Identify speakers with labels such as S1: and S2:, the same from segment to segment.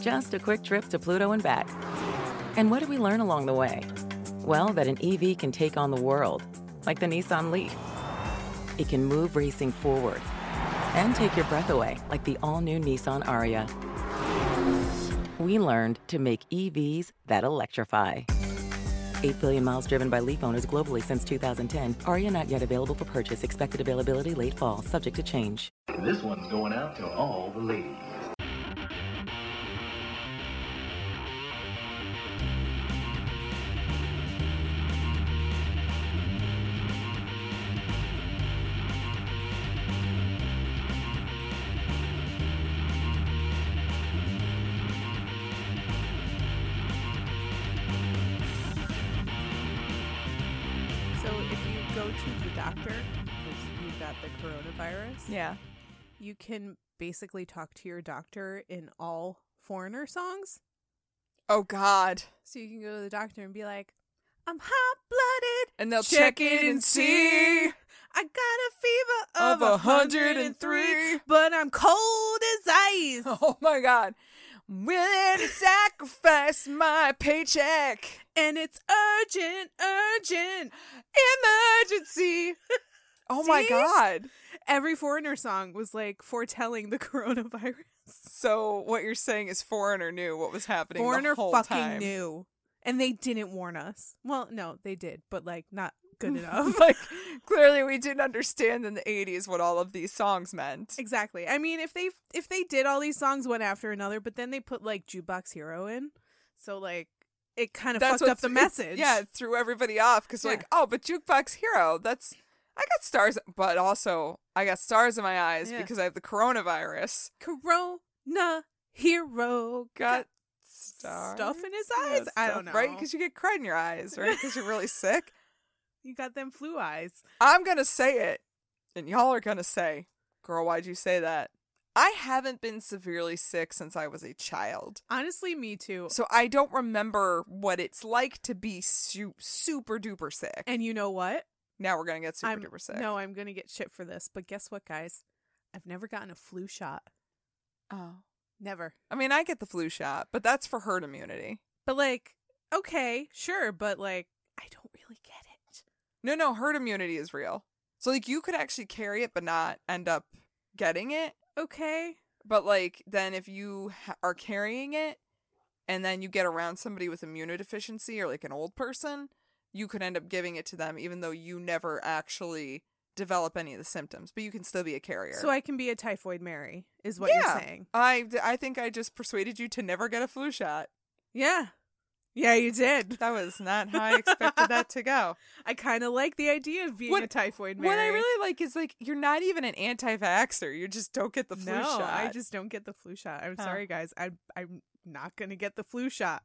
S1: Just a quick trip to Pluto and back. And what did we learn along the way? Well, that an EV can take on the world, like the Nissan Leaf. It can move racing forward and take your breath away, like the all new Nissan Aria. We learned to make EVs that electrify. 8 billion miles driven by Leaf owners globally since 2010. Aria not yet available for purchase. Expected availability late fall, subject to change.
S2: This one's going out to all the ladies.
S3: So if you go to the doctor because you got the coronavirus,
S4: Yeah.
S3: you can basically talk to your doctor in all foreigner songs.
S4: Oh God.
S3: So you can go to the doctor and be like, "I'm hot blooded,"
S4: And they'll check it and see.
S3: I got a fever of,
S4: Of a
S3: a hundred and three,
S4: 103.
S3: but I'm cold as ice.
S4: Oh my God. I'm willing to sacrifice my paycheck.
S3: And it's urgent, urgent.
S4: Emergency. Oh my
S3: See?
S4: God.
S3: Every foreigner song was like foretelling the coronavirus.
S4: So what you're saying is foreigner knew what was happening. the
S3: Foreigner
S4: whole
S3: fucking
S4: time.
S3: knew. And they didn't warn us. Well, no, they did, but like not good enough.
S4: like clearly we didn't understand in the 80s what all of these songs meant.
S3: exactly. I mean, if they if they did all these songs one after another, but then they put like Jukebox Hero in. So like it kind of fucked
S4: what
S3: up the
S4: th- it's-
S3: message.
S4: Yeah, it threw everybody off because
S3: Yeah.
S4: like, oh, but Jukebox Hero, that's I got stars, but also I got stars in my eyes
S3: Yeah.
S4: because I have the coronavirus.
S3: Corona Hero got
S4: Got stars.
S3: stuff in his
S4: Yeah,
S3: eyes. I
S4: stuff,
S3: don't know.
S4: right? Because you get crud in your eyes, right? Because you're really sick.
S3: you got them flu eyes.
S4: I'm gonna say it, and y'all are gonna say, "Girl, why'd you say that?" I haven't been severely sick since I was a child.
S3: Honestly, me too.
S4: So I don't remember what it's like to be su- super duper sick.
S3: and you know what?
S4: now we're gonna get super
S3: I'm,
S4: duper sick.
S3: No, I'm gonna get shit for this, but guess what, guys? I've never gotten a flu shot.
S4: oh,
S3: Never.
S4: I mean, I get the flu shot, but that's for herd immunity.
S3: But like, okay, sure, but like, I don't really get it.
S4: No, no, herd immunity is real. So like, you could actually carry it, but not end up getting it.
S3: Okay.
S4: But like, then if you ha- are carrying it, and then you get around somebody with immunodeficiency or like an old person, you could end up giving it to them, even though you never actually develop any of the symptoms. But you can still be a carrier.
S3: So I can be a typhoid Mary, is what you're saying.
S4: I, I think I just persuaded you to never get a flu shot.
S3: Yeah. Yeah, you did.
S4: That was not how I expected that to go.
S3: I kind of like the idea of being a typhoid Mary.
S4: What I really like is like you're not even an anti-vaxxer. You just don't get the flu
S3: no,
S4: shot.
S3: I just don't get the flu shot. I'm
S4: Huh.
S3: sorry, guys. I, I'm not gonna get the flu shot.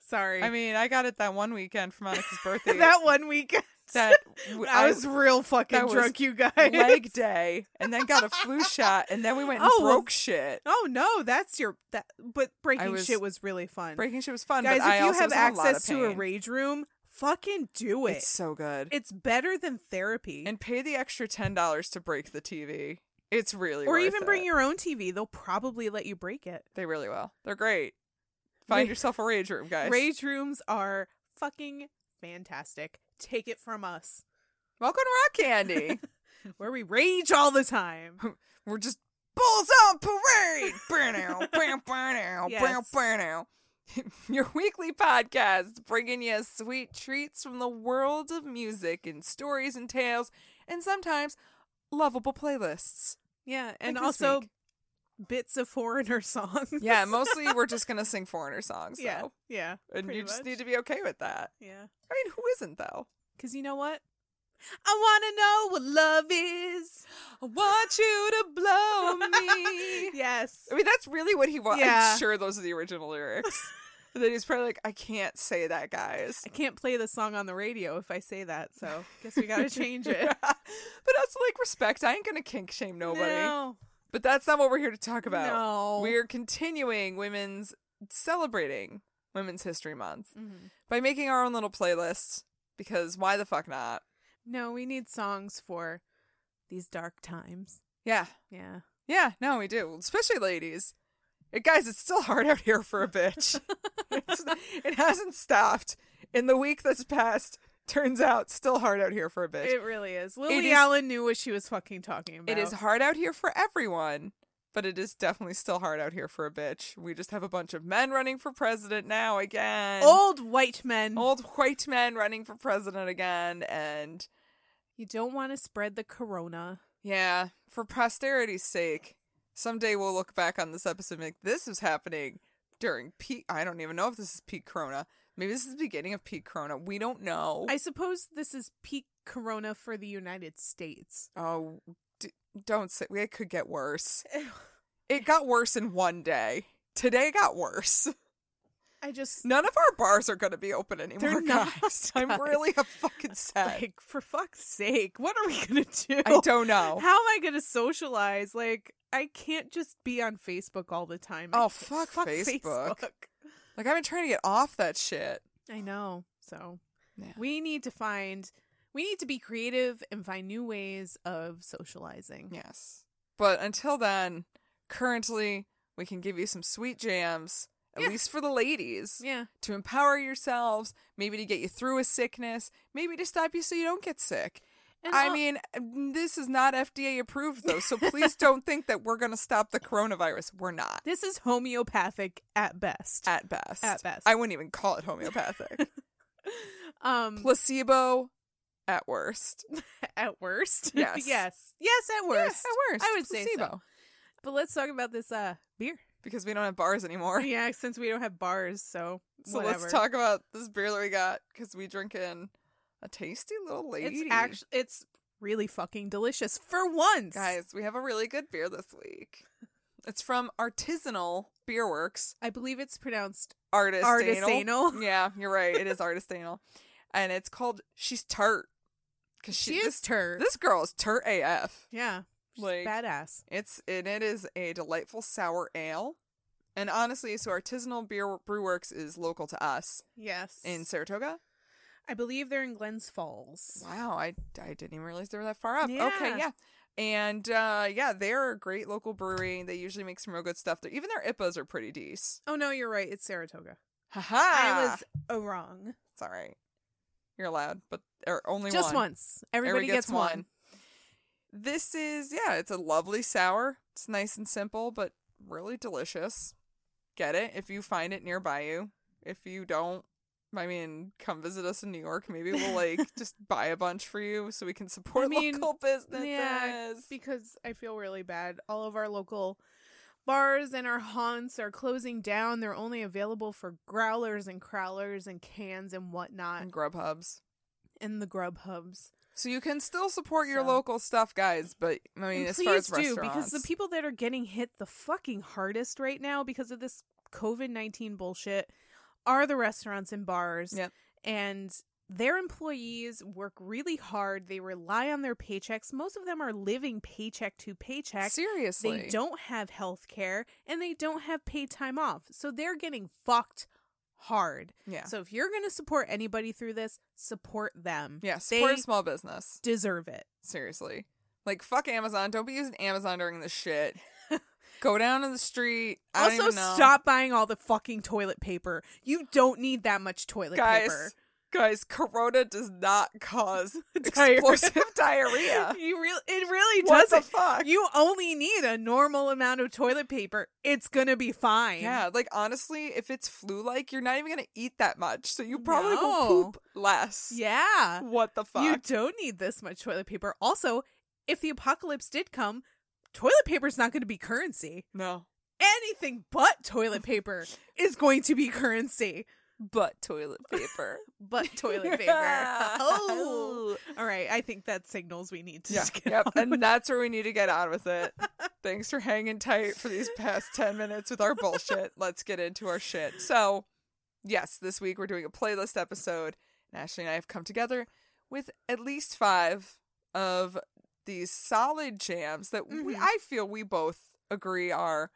S3: sorry.
S4: I mean, I got it that one weekend for Monica's birthday.
S3: that one weekend.
S4: that w-
S3: I was real fucking
S4: that was
S3: drunk, you guys.
S4: leg day and then got a flu shot and then we went and
S3: Oh, well-
S4: broke shit.
S3: Oh no, that's your that. But breaking
S4: was-
S3: shit was really fun.
S4: Breaking shit was fun,
S3: guys,
S4: but I
S3: if you
S4: also
S3: have
S4: was in a lot of
S3: access to a
S4: pain.
S3: rage room, fucking do it.
S4: It's so good.
S3: It's better than therapy,
S4: and pay the extra ten dollars to break the TV. It's really
S3: or
S4: worth
S3: even bring
S4: it.
S3: your own TV. They'll probably let you break it.
S4: They really will. They're great. Find
S3: Ra-
S4: yourself a rage room, guys.
S3: Rage rooms are fucking fantastic. Take it from us,
S4: Welcome to Rock Candy.
S3: where we rage all the time.
S4: We're just bulls on parade. Burnow, burnow, burnow, burnow,
S3: Yes.
S4: burnow. Your weekly podcast bringing you sweet treats from the world of music and stories and tales, and sometimes lovable playlists.
S3: Yeah, and
S4: this
S3: also
S4: week.
S3: bits of foreigner songs.
S4: Yeah, mostly we're just gonna sing foreigner songs,
S3: yeah,
S4: though,
S3: yeah.
S4: and
S3: pretty
S4: you just
S3: much.
S4: need to be okay with that.
S3: yeah.
S4: I mean, who isn't though?
S3: Because you know what? I want to know what love is.
S4: I want you to
S3: Oh,
S4: blow me.
S3: Yes.
S4: I mean, that's really what he wants.
S3: Yeah.
S4: I'm sure those are the original lyrics. and then he's probably like, I can't say that, guys.
S3: I can't play the song on the radio if I say that, so guess we gotta change it.
S4: but also, like, respect. I ain't going to kink shame nobody.
S3: No.
S4: But that's not what we're here to talk about.
S3: No.
S4: We're continuing women's celebrating Women's History Month
S3: Mm-hmm.
S4: by making our own little playlist because why the fuck not?
S3: No, we need songs for these dark times.
S4: Yeah.
S3: Yeah.
S4: Yeah, no, we do. Especially ladies. Uh, guys, it's still hard out here for a bitch. It's- it hasn't stopped. In the week that's passed, turns out still hard out here for a bitch.
S3: It really is. Lily
S4: is-
S3: Allen knew what she was fucking talking about.
S4: it is hard out here for everyone, but it is definitely still hard out here for a bitch. We just have a bunch of men running for president now again.
S3: Old white men.
S4: Old white men running for president again. And
S3: You don't want to spread the corona.
S4: yeah, for posterity's sake, someday we'll look back on this episode and be like, this is happening during peak. I don't even know if this is peak corona. Maybe this is the beginning of peak corona. We don't know.
S3: I suppose this is peak corona for the United States.
S4: oh, d- don't say it could get worse. It got worse in one day. Today got worse.
S3: I just
S4: None of our bars are going to be open anymore.
S3: They're not,
S4: guys. I'm
S3: guys.
S4: really a fucking sad.
S3: like for fuck's sake, what are we gonna do?
S4: I don't know.
S3: How am I going to socialize? Like, I can't just be on Facebook all the time. I
S4: Oh,
S3: can't-
S4: fuck Facebook. like I've been trying to get off that shit.
S3: I know. So,
S4: Yeah.
S3: we need to find, we need to be creative and find new ways of socializing.
S4: Yes. But until then, currently we can give you some sweet jams, at
S3: Yeah.
S4: least for the ladies,
S3: Yeah.
S4: to empower yourselves, maybe to get you through a sickness, maybe to stop you so you don't get sick.
S3: And
S4: I
S3: al-
S4: mean, this is not FDA approved though, so please don't think that we're going to stop the coronavirus. We're not.
S3: this is homeopathic at best.
S4: At best.
S3: At best.
S4: I wouldn't even call it homeopathic.
S3: um,
S4: Placebo at worst.
S3: at worst.
S4: Yes.
S3: yes. Yes, at
S4: Yeah,
S3: worst.
S4: at worst.
S3: I would say
S4: Placebo.
S3: so. But let's talk about this uh beer.
S4: Because we don't have bars anymore.
S3: Yeah, since we don't have bars, so
S4: So
S3: whatever.
S4: let's talk about this beer that we got because we drink in a tasty little lady.
S3: It's actually it's really fucking delicious for once.
S4: guys, we have a really good beer this week. It's from Artisanal Beer Works.
S3: I believe it's pronounced
S4: Artisanal.
S3: Artisanal.
S4: yeah, you're right. It is artisanal, and it's called She's Tart because
S3: she is turd.
S4: This girl is tart AF.
S3: yeah, she's
S4: like-
S3: badass.
S4: It's and it is a delightful sour ale. And honestly, so Artisanal Beer Brew Works is local to us
S3: Yes,
S4: in Saratoga.
S3: I believe they're in Glens Falls.
S4: Wow, I, I didn't even realize they were that far up. Okay,
S3: Yeah.
S4: yeah. And uh, yeah, they're a great local brewery. They usually make some real good stuff. They're, even their IPAs are pretty decent.
S3: Oh no, you're right. It's Saratoga.
S4: Haha.
S3: I was uh, wrong.
S4: It's all right. You're allowed, but or only
S3: Just
S4: one.
S3: once. Everybody gets, one.
S4: This is yeah, it's a lovely sour. It's nice and simple, but really delicious. Get it if you find it nearby you. If you don't, I mean, come visit us in New York. Maybe we'll like just buy a bunch for you so we can support
S3: I mean,
S4: local businesses.
S3: Yeah, because I feel really bad. All of our local bars and our haunts are closing down. They're only available for growlers and crowlers and cans and whatnot
S4: and Grubhubs.
S3: and the grub hubs.
S4: So you can still support your
S3: So-
S4: local stuff, guys. But I mean,
S3: And
S4: as
S3: please
S4: far as
S3: do
S4: restaurants,
S3: because the people that are getting hit the fucking hardest right now because of this COVID nineteen bullshit are the restaurants and bars.
S4: Yep.
S3: and Their employees work really hard. They rely on their paychecks. Most of them are living paycheck to paycheck.
S4: Seriously.
S3: They don't have health care and they don't have paid time off. So they're getting fucked hard.
S4: Yeah.
S3: So if you're going to support anybody through this, support them.
S4: Yeah,
S3: they
S4: support a small business.
S3: deserve it.
S4: Seriously. Like fuck Amazon. Don't be using Amazon during this shit. Go down to the street. I don't
S3: also,
S4: even know.
S3: stop buying all the fucking toilet paper. You don't need that much toilet
S4: guys.
S3: paper.
S4: Guys, corona does not cause
S3: Diarrhea.
S4: explosive diarrhea.
S3: You really, it really
S4: What the
S3: doesn't.
S4: fuck?
S3: You only need a normal amount of toilet paper. It's gonna be fine.
S4: Yeah, like honestly, if it's flu-like, you're not even gonna eat that much, so you probably will
S3: No.
S4: poop less.
S3: yeah.
S4: What the fuck?
S3: You don't need this much toilet paper. Also, if the apocalypse did come, toilet paper's not going to be currency.
S4: no,
S3: Anything but toilet paper is going to be currency.
S4: but toilet paper.
S3: But toilet paper. oh. All right. I think that signals we need to
S4: Yeah.
S3: skip
S4: Yep.
S3: on
S4: And that's where we need to get on with it. Thanks for hanging tight for these past 10 minutes with our bullshit. Let's get into our shit. So, yes, this week we're doing a playlist episode. And Ashley and I have come together with at least five of these solid jams that we,
S3: Mhm.
S4: I feel we both agree are,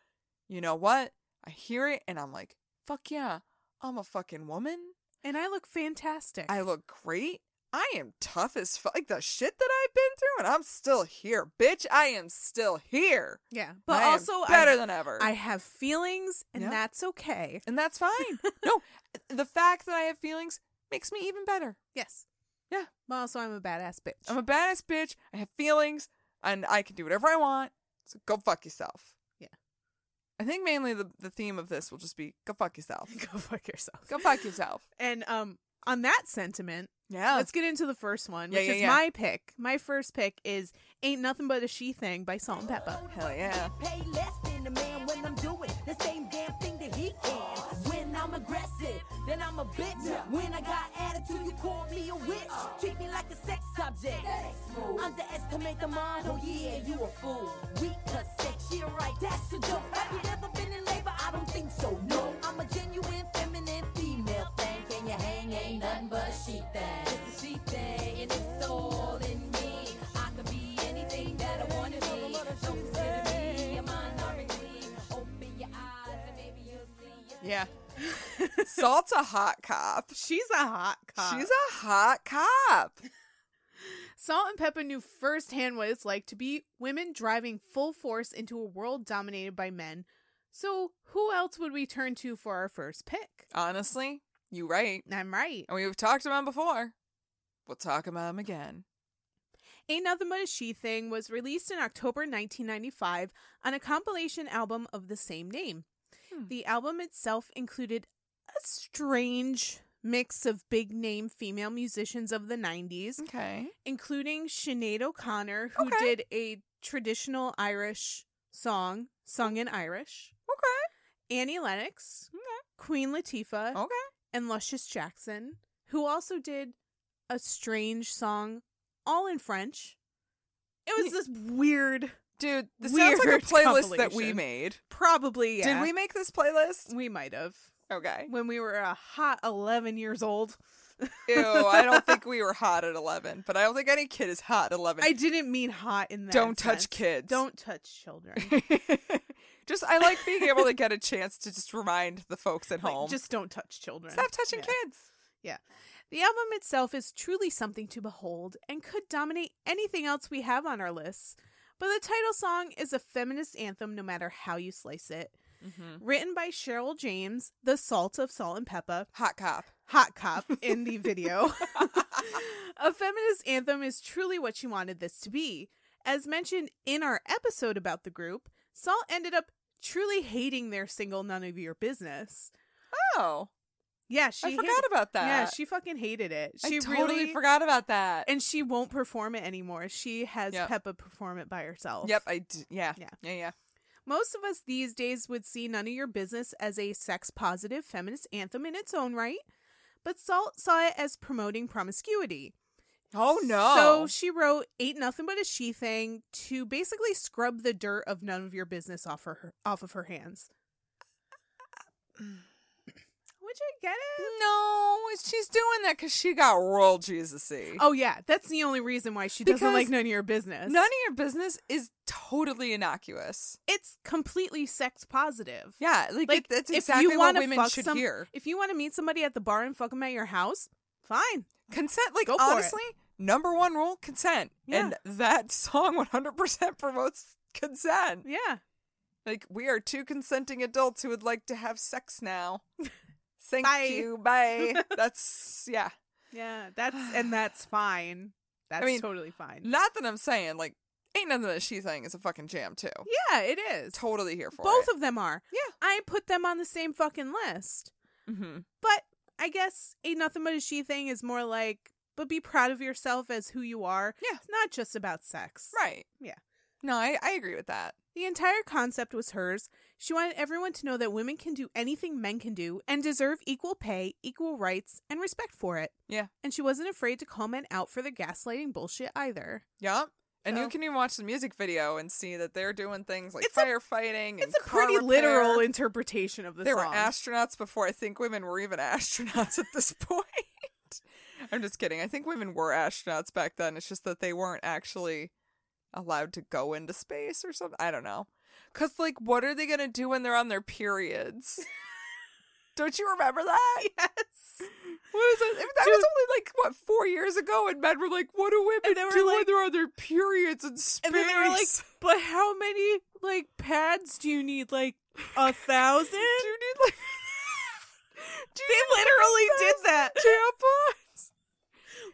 S4: you know what? I hear it and I'm like, fuck yeah, I'm a fucking woman.
S3: And I look fantastic.
S4: I look great. I am tough as fuck. Like the shit that I've been through, and I'm still here, bitch. I am still here.
S3: yeah,
S4: But
S3: but also
S4: better
S3: I,
S4: than ever.
S3: I have feelings, and
S4: Yeah.
S3: that's okay.
S4: and that's fine. no, the fact that I have feelings makes me even better.
S3: Yes.
S4: Yeah.
S3: But also, I'm a badass bitch.
S4: I'm a badass bitch. I have feelings, and I can do whatever I want. So go fuck yourself.
S3: Yeah.
S4: I think mainly the the theme of this will just be go fuck yourself.
S3: Go fuck yourself.
S4: go fuck yourself.
S3: And um, on that sentiment,
S4: Yeah.
S3: Let's get into the first one,
S4: Oh. Yeah,
S3: which
S4: yeah,
S3: is
S4: yeah.
S3: my pick. My first pick is Ain't Nothing But a She Thing by Salt and Peppa.
S4: Hell yeah.
S5: Pay less than a man when I'm doing the same damn thing that he can. When I'm aggressive, then I'm a bitch. When I got attitude, you call me a witch. Treat me like a sex subject. Underestimate the mind, oh yeah, you a fool. Weak to sex, yeah right, that's a joke. Have you ever been in labor? I don't think so, no. I'm a genuine feminine female thing. Can you hang? Ain't nothing but a she thing. It's a she thing, and it's all in me. I could be anything that I wanna be. Don't consider me a minority. Open your eyes and maybe you'll see.
S4: Yeah. Salt's a hot cop.
S3: She's a hot cop.
S4: She's a hot cop.
S3: Salt and Peppa knew firsthand what it's like to be women driving full force into a world dominated by men. So, who else would we turn to for our first pick?
S4: Honestly, you right.
S3: I'm right.
S4: And we've talked about 'em before. We'll talk about 'em again.
S3: Ain't Nothing But a She Thing was released in October 1995 on a compilation album of the same name. The album itself included a strange mix of big name female musicians of the 90s,
S4: Okay.
S3: including Sinead O'Connor, who
S4: Mm. Okay.
S3: did a traditional Irish song sung in Irish,
S4: Okay.
S3: Annie Lennox, Queen Latifah,
S4: Okay.
S3: and Luscious Jackson, who also did a strange song all in French. It was this weird,
S4: Dude, this sounds like
S3: Weird
S4: a playlist that we
S3: compilation.
S4: made.
S3: probably. Yeah.
S4: Did we make this playlist?
S3: We might have
S4: Okay.
S3: when we were a hot eleven years old.
S4: Ew, I don't think we were hot at 11, but I don't think any kid is hot at 11.
S3: I didn't mean hot in that.
S4: Don't touch
S3: sense.
S4: kids.
S3: Don't touch children.
S4: just, I like being able to get a chance to just remind the folks at
S3: Like,
S4: home.
S3: just don't touch children.
S4: stop touching
S3: Yeah.
S4: kids.
S3: Yeah. The album itself is truly something to behold and could dominate anything else we have on our lists. But the title song is a feminist anthem no matter how you slice it. Written by Cheryl James, the salt of salt and pepper,
S4: Hot cop.
S3: hot cop in the video. a feminist anthem is truly what she wanted this to be. As mentioned in our episode about the group, Salt ended up truly hating their single None of Your Business.
S4: Oh,
S3: Yeah, she
S4: I forgot
S3: hated-
S4: about that.
S3: Yeah, she fucking hated it. She
S4: I totally
S3: really
S4: forgot about that.
S3: and she won't perform it anymore. She has
S4: Yep.
S3: Peppa perform it by herself.
S4: Yep, I d- yeah.
S3: Yeah.
S4: Yeah. Yeah, yeah.
S3: Most of us these days would see None of Your Business as a sex positive feminist anthem in its own right, but Salt saw it as promoting promiscuity.
S4: Oh
S3: So
S4: no.
S3: she wrote Ain't Nothing But a She Thing to basically scrub the dirt of None of Your Business off her off of her hands. which I get it.
S4: No, she's doing that because she got royal Jesusy.
S3: Oh yeah, that's the only reason why she doesn't
S4: Because
S3: like none of your business.
S4: None of your business is totally innocuous.
S3: it's completely sex positive.
S4: Yeah, like, it- that's exactly what
S3: wanna
S4: women
S3: fuck
S4: should
S3: some-
S4: hear.
S3: If you want to meet somebody at the bar and fuck them at your house, fine.
S4: Consent, like
S3: Go for it.
S4: honestly, number one rule: consent.
S3: Yeah.
S4: And that song 100% promotes consent.
S3: Yeah.
S4: Like we are two consenting adults who would like to have sex now. Thank
S3: Bye.
S4: you. Bye. That's yeah.
S3: Yeah, that's and that's fine. That's
S4: mean,
S3: totally fine.
S4: Not that I'm saying like ain't nothing that she thing is a fucking jam too.
S3: Yeah, it is.
S4: Totally here for
S3: Both
S4: it.
S3: of them are.
S4: Yeah.
S3: I put them on the same fucking list.
S4: Mhm.
S3: But I guess Ain't Nothing But a She thing is more like, but be proud of yourself as who you are.
S4: Yeah.
S3: It's not just about sex.
S4: Right.
S3: Yeah.
S4: No, I, I agree with that.
S3: The entire concept was hers. She wanted everyone to know that women can do anything men can do and deserve equal pay, equal rights, and respect for it.
S4: Yeah.
S3: And she wasn't afraid to call men out for their gaslighting bullshit either.
S4: Yup. And
S3: So-
S4: you can even watch the music video and see that they're doing things like
S3: It's a-
S4: firefighting. and
S3: It's a
S4: car
S3: pretty
S4: Mm, repair.
S3: literal interpretation of the
S4: There were
S3: song.
S4: astronauts before I think women were even astronauts at this point. I'm just kidding. I think women were astronauts back then. It's just that they weren't actually allowed to go into space or something. I don't know. Cause like, what are they gonna do when they're on their periods? don't you remember that?
S3: yes.
S4: What is that? I mean, that
S3: Dude.
S4: was only like what four years ago, and men were like, "What do women
S3: And they were
S4: do when
S3: like-
S4: they're on their periods in space?"
S3: And then they were like, but how many like pads do you need? Like a thousand?
S4: "Do you need like?" Do you
S3: They
S4: need, like,
S3: literally
S4: a
S3: did
S4: thousand
S3: that.
S4: Tampons.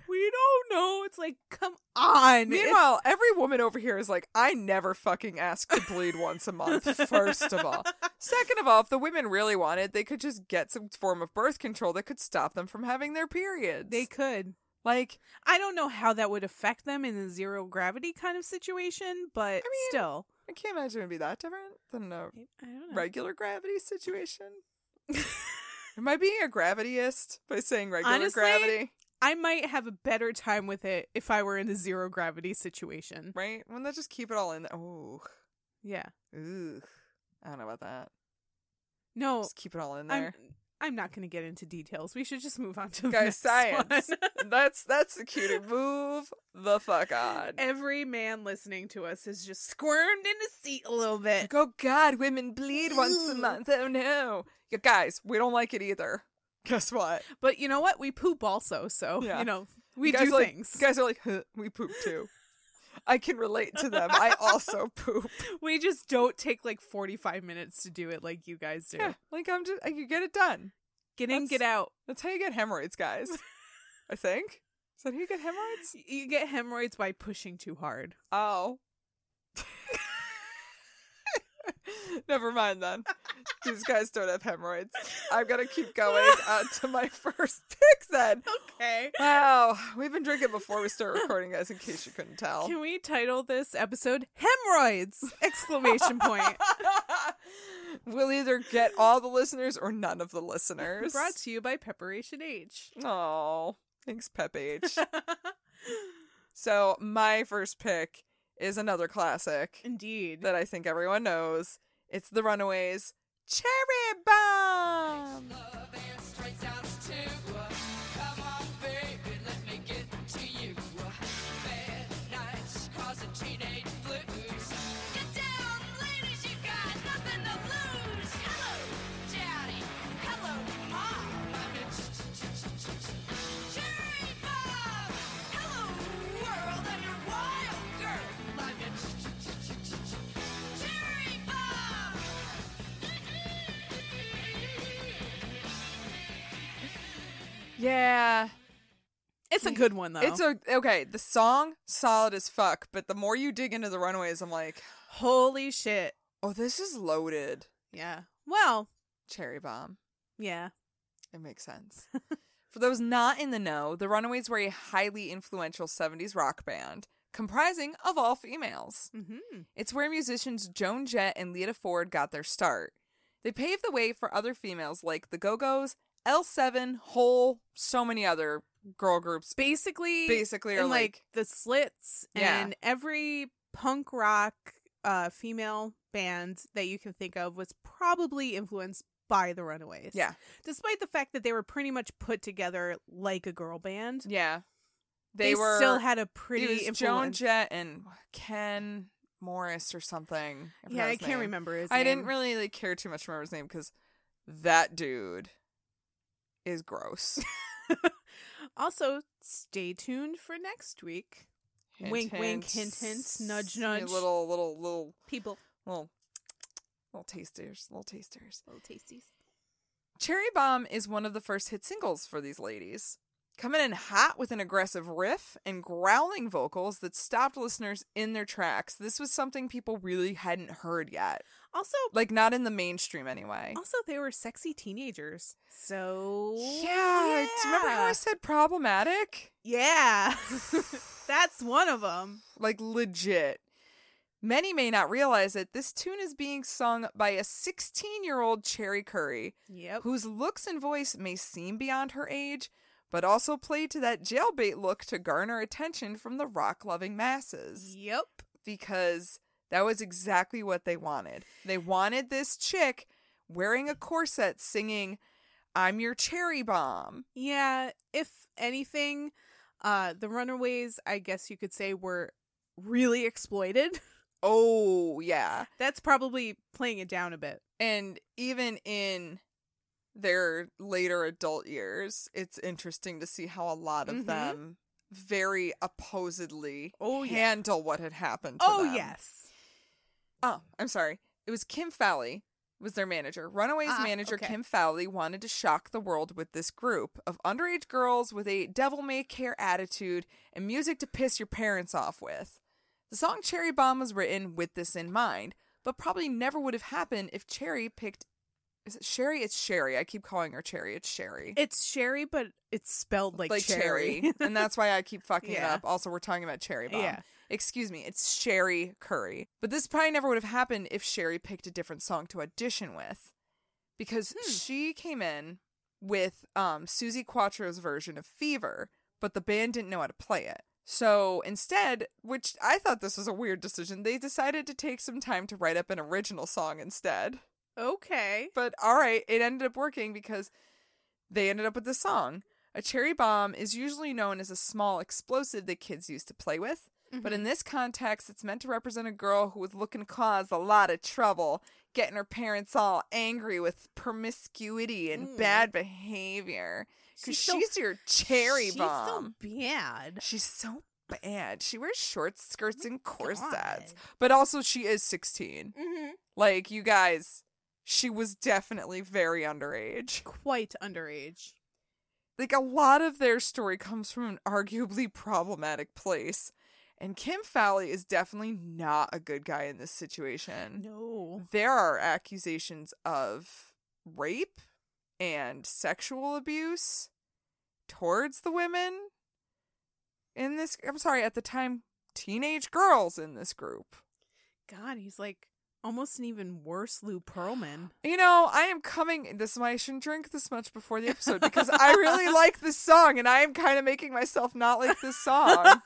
S3: we don't know. It's like, come on. It's-
S4: Meanwhile, every woman over here is like, "I never fucking ask to bleed once a month." First of all, second of all, if the women really wanted, they could just get some form of birth control that could stop them from having their periods.
S3: they could.
S4: like
S3: I don't know how that would affect them in a zero gravity kind of situation, but
S4: mean-
S3: still.
S4: I can't imagine it'd be that different than a
S3: I don't know.
S4: regular gravity situation. Am I being a gravityist by saying regular
S3: Honestly,
S4: gravity?
S3: I might have a better time with it if I were in a zero gravity situation.
S4: Right? Wouldn't that just keep it all in? Oh,
S3: Yeah.
S4: ugh. I don't know about that.
S3: No,
S4: Just keep it all in
S3: Oh, I'm,
S4: there.
S3: I'm not going to get into details. We should just move on to the
S4: Guys,
S3: next
S4: science. Oh,
S3: one.
S4: that's that's the cutie. Move the fuck on.
S3: Every man listening to us has just squirmed in his seat a little bit.
S4: Go God, women bleed once a month. Oh no. You guys, we don't like it either. Guess what?
S3: But you know what? We poop also, so
S4: Yeah.
S3: you know we
S4: You guys
S3: do
S4: are like-
S3: things.
S4: You guys are like, huh, we poop too. I can relate to them. I also poop.
S3: we just don't take like forty five minutes to do it like you guys do.
S4: Yeah, like I'm just, I can get it done.
S3: Get in, get out.
S4: That's how you get hemorrhoids, guys. I think. Is that how you get hemorrhoids?
S3: You get hemorrhoids by pushing too hard.
S4: Oh. Never mind then. These guys don't have hemorrhoids. I'm going to keep going on to my first pick then.
S3: Okay.
S4: Wow. We've been drinking before we start recording, guys, in case you couldn't tell.
S3: Can we title this episode "Hemorrhoids!" Exclamation point.
S4: we'll either get all the listeners or none of the listeners.
S3: Brought to you by Preparation H.
S4: Oh, thanks, Pep H. so my first pick is another classic
S3: Indeed.
S4: that I think everyone knows. It's The Runaways' Cherry Bomb.
S6: uh,
S4: Yeah,
S3: it's a good one though.
S4: it's a okay. The song solid as fuck, but the more you dig into The Runaways, I'm like,
S3: holy shit.
S4: oh, this is loaded.
S3: Yeah. Well.
S4: Cherry Bomb.
S3: Yeah.
S4: It makes sense. For those not in the know, the Runaways were a highly influential 70s rock band comprising of all females.
S3: Mm-hmm.
S4: It's where musicians Joan Jett and Lita Ford got their start. They paved the way for other females like the Go Go's, L7, Hole, so many other girl groups.
S3: basically
S4: Basically, or
S3: and, like,
S4: like-
S3: the slits
S4: Yeah.
S3: and every punk rock uh female band that you can think of was probably influenced by the Runaways.
S4: Yeah.
S3: Despite the fact that they were pretty much put together like a girl band,
S4: Yeah.
S3: they,
S4: They, were
S3: still had a pretty
S4: it was Joan
S3: influence.
S4: Jett and Ken Morris or something.
S3: yeah,
S4: I forgot
S3: I
S4: his
S3: can't
S4: name.
S3: remember his
S4: I didn't
S3: name.
S4: really like, care too much to remember his name because that dude is gross.
S3: Also, stay tuned for next week.
S4: Hint,
S3: wink, wink, hint, hint, nudge,
S4: You
S3: nudge.
S4: Little, little, little,
S3: People,
S4: little, little tasters, little tasters.
S3: little tasties.
S4: Cherry Bomb is one of the first hit singles for these ladies. Coming in hot with an aggressive riff and growling vocals that stopped listeners in their tracks. This was something people really hadn't heard yet.
S3: Also,
S4: Like, not in the mainstream anyway.
S3: also they were sexy teenagers. So
S4: Yeah. Do you remember how I
S3: Oh, yeah.
S4: said problematic?
S3: Yeah. That's one of them.
S4: Like, legit. Many may not realize that this tune is being sung by a 16 year old Cherry Curry,
S3: Yep.
S4: whose looks and voice may seem beyond her age, but also played to that jailbait look to garner attention from the rock loving masses.
S3: Yep.
S4: Because that was exactly what they wanted. They wanted this chick wearing a corset singing, I'm your cherry bomb.
S3: Yeah, if anything, uh the runaways, I guess you could say were really exploited.
S4: Oh, yeah.
S3: That's probably playing it down a bit.
S4: And even in their later adult years, it's interesting to see how a lot of
S3: Mhm.
S4: them very opposedly
S3: Oh, yeah.
S4: handle what had happened to
S3: Oh
S4: them.
S3: yes.
S4: Oh, I'm sorry. It was Kim Fowley was their manager. Runaways
S3: Ah,
S4: manager
S3: okay.
S4: Kim Fowley wanted to shock the world with this group of underage girls with a devil may care attitude and music to piss your parents off with. The song Cherry Bomb was written with this in mind, but probably never would have happened if Cherry picked is it Sherry? It's Sherry. I keep calling her Cherry. It's Sherry.
S3: It's Sherry, but it's spelled like, cherry.
S4: and that's why I keep fucking it
S3: Yeah.
S4: up. Also, we're talking about cherry bomb.
S3: Yeah.
S4: Excuse me, it's Sherry Curry. But this probably never would have happened if Sherry picked a different song to audition with. Because
S3: Hmm.
S4: she came in with um, Susie Quattro's version of Fever, but the band didn't know how to play it. So instead, which I thought this was a weird decision, they decided to take some time to write up an original song instead.
S3: okay.
S4: But all right, it ended up working because they ended up with the song. A cherry bomb is usually known as a small explosive that kids used to play with. But
S3: Mm-hmm.
S4: in this context, it's meant to represent a girl who was looking to cause a lot of trouble, getting her parents all angry with promiscuity and bad behavior. Because
S3: Mm. She's so-
S4: she's your cherry
S3: She's
S4: bomb.
S3: so bad.
S4: she's so bad. She wears short skirts and corsets. But also, she is 16.
S3: Mm-hmm.
S4: Like, you guys, she was definitely very underage.
S3: Quite underage.
S4: Like, a lot of their story comes from an arguably problematic place. And Kim Fowley is definitely not a good guy in this situation.
S3: No.
S4: There are accusations of rape and sexual abuse towards the women in this. I'm sorry, at the time, teenage girls in this group.
S3: God, he's like almost an even worse Lou Pearlman.
S4: You know, I am coming. This is why I shouldn't drink this much before the episode because I really like this song, and I am kind of making myself not like this song.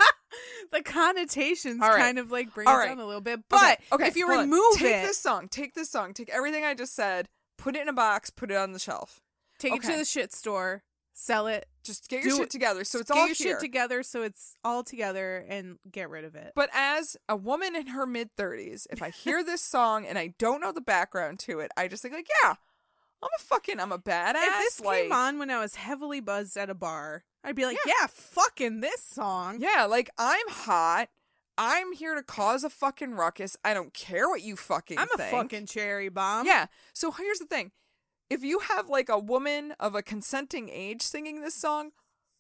S3: the connotations
S4: All right.
S3: kind of like bring
S4: All
S3: it
S4: right.
S3: down a little bit. But if you
S4: hold on.
S3: remove
S4: take
S3: it,
S4: this song, take this song, take everything I just said, put it in a box, put it on the shelf.
S3: take it
S4: okay.
S3: to the shit store, sell it,
S4: Just get your
S3: Do
S4: shit
S3: it.
S4: together. So it's
S3: get
S4: all
S3: your
S4: here.
S3: shit together, so it's all together, and get rid of it.
S4: But as a woman in her mid 30s, if I hear this song and I don't know the background to it, I just think like, yeah, I'm a fucking, I'm a badass.
S3: if this
S4: like,
S3: came on when I was heavily buzzed at a bar, I'd be like, yeah, fucking this song.
S4: Yeah, like I'm hot. I'm here to cause a fucking ruckus. I don't care what you fucking
S3: I'm a
S4: think.
S3: fucking cherry bomb.
S4: Yeah. So here's the thing. If you have like a woman of a consenting age singing this song,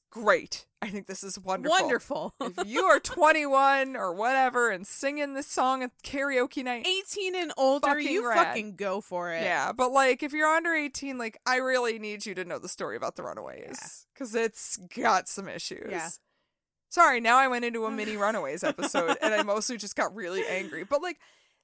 S4: great. I think this is wonderful.
S3: wonderful.
S4: if you are 21 or whatever and singing this song at karaoke night,
S3: 18 and older,
S4: Fucking
S3: you
S4: rad.
S3: fucking go for it.
S4: yeah, but like if you're under 18, like I really need you to know the story about the Runaways because it's got some issues.
S3: Yeah.
S4: Sorry, now I went into a mini Runaways episode and I mostly just got really angry. But like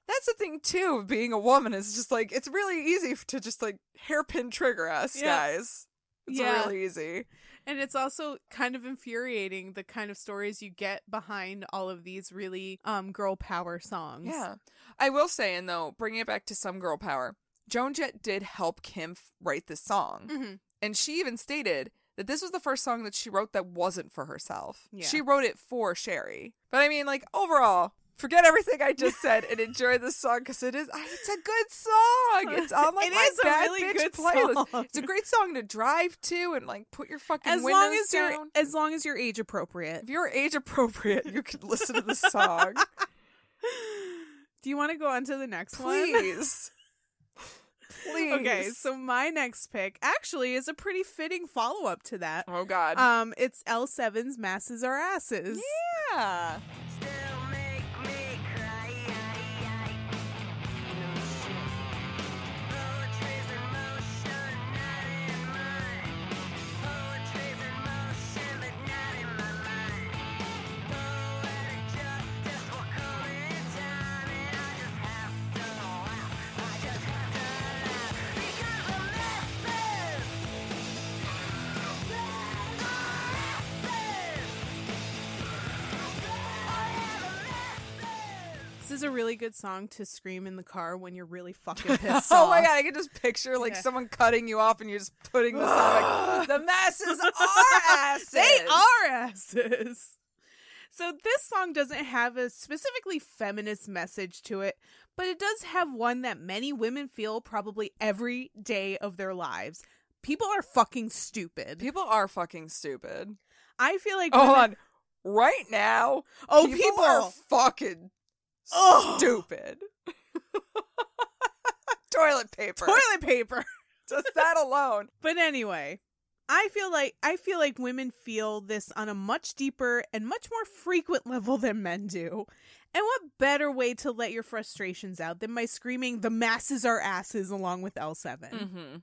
S4: that's the thing too, of being a woman is just like it's really easy f- to just like hairpin trigger us,
S3: Yeah.
S4: guys. It's
S3: Yeah.
S4: really easy.
S3: And it's also kind of infuriating the kind of stories you get behind all of these really um girl power songs.
S4: Yeah. I will say, and though, bringing it back to some girl power, Joan Jett did help Kim f- write this song.
S3: Mhm.
S4: And she even stated that this was the first song that she wrote that wasn't for herself.
S3: Yeah.
S4: She wrote it for Sherry. But I mean, like, overall, forget everything I just said and enjoy this song because it is, it's a good song. It's on like
S3: It
S4: my
S3: is a
S4: bad
S3: really
S4: bitch
S3: good
S4: playlist.
S3: song.
S4: It's a great song to drive to and like put your fucking
S3: As
S4: windows
S3: long as
S4: down.
S3: you're as long as you're age appropriate.
S4: if you're age appropriate, you could listen to this song.
S3: Do you want to go on to the next one?
S4: Please. Please.
S3: Okay, so my next pick actually is a pretty fitting follow up to that.
S4: Oh, God.
S3: Um, it's L7's Masses Are Asses.
S4: yeah.
S3: This is a really good song to scream in the car when you're really fucking pissed
S4: Oh
S3: off.
S4: my god, I can just picture like someone cutting you off and you're just putting this on like the masses are asses.
S3: They are asses. So this song doesn't have a specifically feminist message to it, but it does have one that many women feel probably every day of their lives. People are fucking stupid.
S4: People are fucking stupid.
S3: I feel like
S4: Oh, Hold
S3: women-
S4: on. Right now,
S3: Oh,
S4: people, are
S3: people.
S4: fucking
S3: Ugh.
S4: stupid. Toilet paper.
S3: toilet paper.
S4: Just that alone.
S3: But anyway, I feel like I feel like women feel this on a much deeper and much more frequent level than men do. And what better way to let your frustrations out than by screaming the masses are asses along with L7.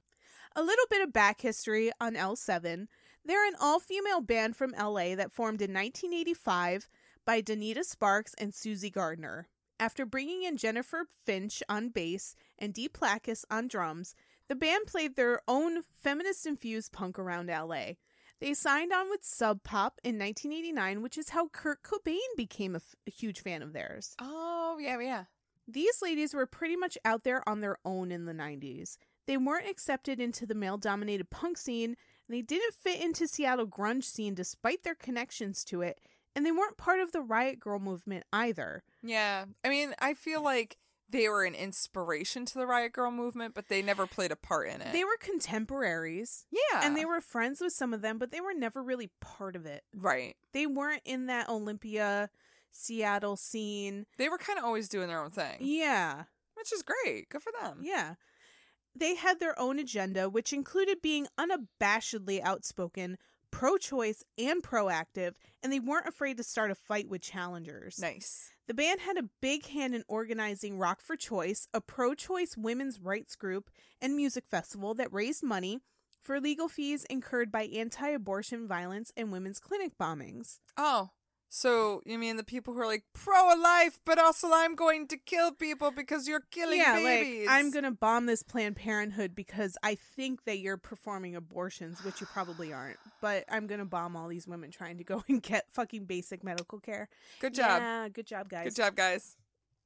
S3: A little bit of back history on L7. They're an all-female band from LA that formed in 1985 by Danita Sparks and Susie Gardner. After bringing in Jennifer Finch on bass and Dee Plakis on drums, the band played their own feminist infused punk around LA. They signed on with Sub Pop in 1989, which is how Kurt Cobain became a, f- a huge fan of theirs.
S4: Oh, yeah, yeah.
S3: These ladies were pretty much out there on their own in the 90s. They weren't accepted into the male dominated punk scene, and they didn't fit into Seattle grunge scene despite their connections to it, and they weren't part of the Riot Girl movement either.
S4: Yeah. I mean, I feel like they were an inspiration to the Riot Girl movement, but they never played a part in it.
S3: They were contemporaries,
S4: Eh. yeah.
S3: and they were friends with some of them, but they were never really part of it.
S4: right.
S3: They weren't in that Olympia, Seattle scene.
S4: They were kind of always doing their own thing.
S3: Yeah.
S4: which is great. Good for them.
S3: Yeah. They had their own agenda, which included being unabashedly outspoken, pro choice, and proactive, and they weren't afraid to start a fight with challengers.
S4: Nice.
S3: The band had a big hand in organizing Rock for Choice, a pro choice women's rights group and music festival that raised money for legal fees incurred by anti abortion violence and women's clinic bombings.
S4: Oh, so you mean the people who are like pro life, but also I'm going to kill people because you're killing
S3: yeah,
S4: babies.
S3: like I'm gonna bomb this Planned Parenthood because I think that you're performing abortions, which you probably aren't. But I'm gonna bomb all these women trying to go and get fucking basic medical care.
S4: Good job.
S3: Yeah, good job, guys.
S4: Good job, guys.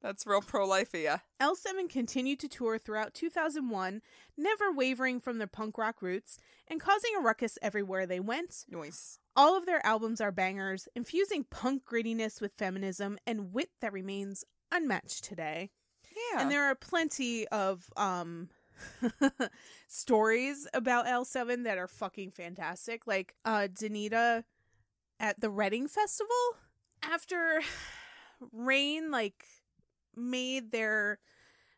S4: That's real pro life of ya.
S3: L7 continued to tour throughout 2001, never wavering from their punk rock roots and causing a ruckus everywhere they went.
S4: Nice.
S3: All of their albums are bangers, infusing punk grittiness with feminism and wit that remains unmatched today.
S4: Yeah.
S3: And there are plenty of um stories about L7 that are fucking fantastic. Like uh Danita at the Reading Festival after Rain like made their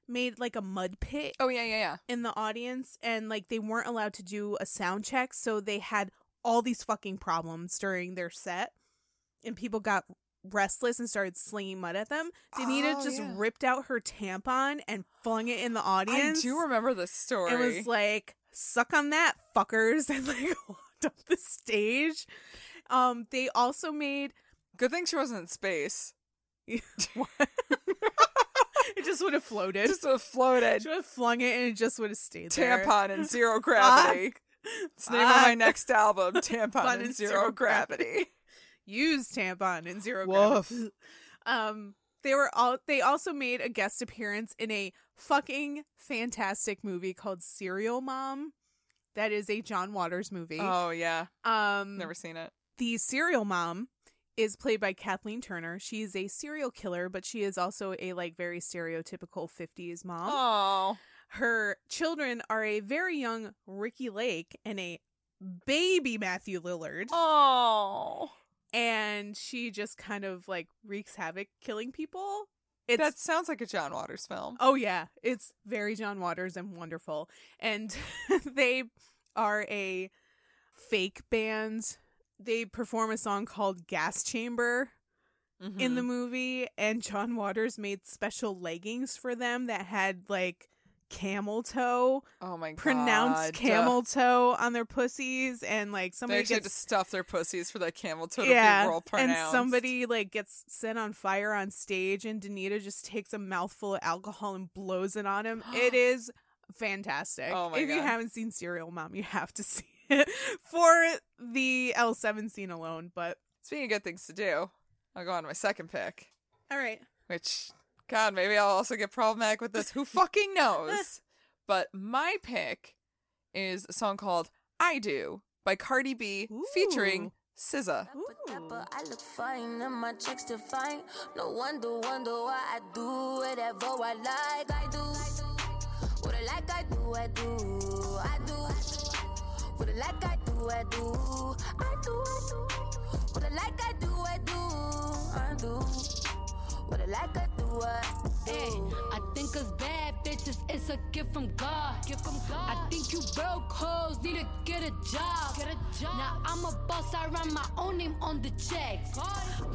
S3: made like a mud pit
S4: oh yeah, yeah, yeah.
S3: in the audience and like they weren't allowed to do a sound check so they had all these fucking problems during their set and people got restless and started slinging mud at them danita
S4: Oh,
S3: just
S4: yeah.
S3: ripped out her tampon and flung it in the audience
S4: I do remember this story.
S3: it was like suck on that fuckers and like walked up the stage um they also made
S4: Good thing she wasn't in space.
S3: it just would have floated
S4: Just a floated
S3: she would have flung it and it just would have stayed there.
S4: tampon in zero gravity. It's the name of my
S3: Fuck.
S4: next album, Tampon
S3: Fun
S4: in
S3: in
S4: Zero
S3: Zero
S4: Gravity.
S3: use tampon and zero
S4: Woof.
S3: gravity. Um, They were all they also made a guest appearance in a fucking fantastic movie called Serial Mom. That is a John Waters movie.
S4: Oh yeah,
S3: um
S4: never seen it.
S3: the serial mom is played by Kathleen Turner. She is a serial killer, but she is also a like very stereotypical 50s mom.
S4: Oh,
S3: Her children are a very young Ricky Lake and a baby Matthew Lillard.
S4: oh,
S3: And she just kind of like wreaks havoc killing people. It's
S4: that sounds like a John Waters film.
S3: Oh yeah, it's very John Waters and wonderful. And they are a fake band. They perform a song called Gas Chamber in
S4: Mm-hmm.
S3: the movie and John Waters made special leggings for them that had like camel toe,
S4: oh my god,
S3: pronounced camel toe on their pussies and like
S4: They
S3: somebody
S4: actually had to
S3: gets
S4: stuff their pussies for that camel toe to be
S3: yeah,
S4: roll
S3: and
S4: pronounced.
S3: somebody like gets set on fire on stage, and Danita just takes a mouthful of alcohol and blows it on him. It is fantastic.
S4: Oh my
S3: if you
S4: God.
S3: haven't seen Serial Mom, you have to see it for the L seven scene alone. But
S4: Speaking of good things to do, I'll go on to my second pick,
S3: all right,
S4: which God, maybe I'll also get problematic with this. Who fucking knows? But my pick is a song called "I Do" by Cardi B featuring SZA.
S5: But I look fine and my chicks define. No wonder, wonder why I do whatever I like. I do what I like. I do. I do. I do what I like. I do. I do. I do. I do what I like. I do. I do. I do what I like. I do. I do.
S6: Eh, I think us bad bitches, it's a gift from God. Gift from God. I think you broke hoes, need to get a job. Get a job. Now I'm a boss, I run my own name on the checks.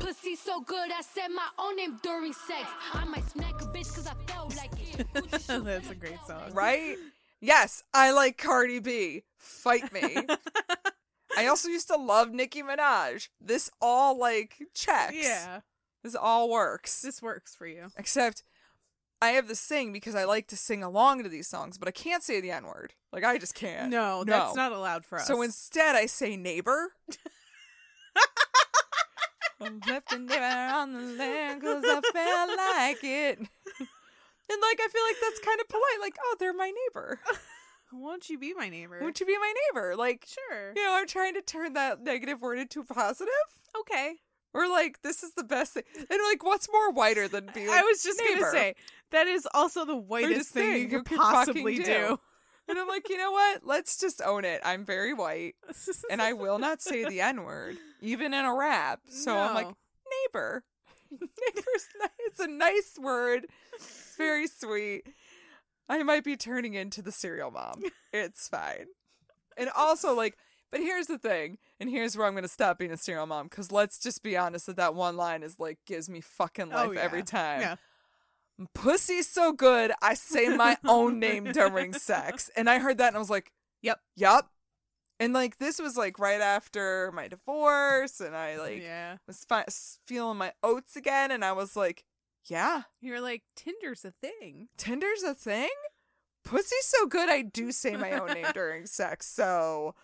S6: Pussy so good, I said my own name during sex. I might smack a bitch cause I felt like it. Gucci shoes,
S3: that's
S6: but
S3: a
S6: I
S3: great
S6: felt like
S3: song.
S4: right? Yes, I like Cardi B. Fight me. I also used to love Nicki Minaj. This all like checks.
S3: Yeah,
S4: This all works.
S3: this works for you.
S4: Except I have this thing because I like to sing along to these songs, but I can't say the N word. Like I just can't.
S3: No, that's not allowed for us.
S4: So instead I say neighbor. I'm left a neighbor on the land 'cause I felt like it. And like I feel like that's kind of polite. Like, oh, they're my neighbor.
S3: won't you be my neighbor?
S4: Won't you be my neighbor? Like,
S3: Sure.
S4: you know, I'm trying to turn that negative word into a positive.
S3: Okay.
S4: Or like, this is the best thing. And like, what's more whiter than being?
S3: I was just
S4: neighbor?
S3: gonna say that is also the whitest
S4: Whitest
S3: thing,
S4: thing
S3: you
S4: you
S3: could
S4: could
S3: possibly
S4: fucking
S3: do.
S4: do. And I'm like, you know what? Let's just own it. I'm very white, and I will not say the N word, even in a rap. So I'm like,
S3: No.
S4: neighbor. Neighbor's nice. It's a nice word. It's very sweet. I might be turning into the serial mom. It's fine. And also, like, but here's the thing, and here's where I'm gonna stop being a serial mom, because let's just be honest that that one line is like gives me fucking life every time.
S3: Oh, Yeah.
S4: Pussy's so good, I say my own name during sex. And I heard that and I was like,
S3: Yep.
S4: Yup. And like this was like right after my divorce, and I like
S3: yeah.
S4: was fi- s- feeling my oats again, and I was like, yeah,
S3: You're like, Tinder's a thing.
S4: Tinder's a thing. Pussy's so good, I do say my own name during sex. So,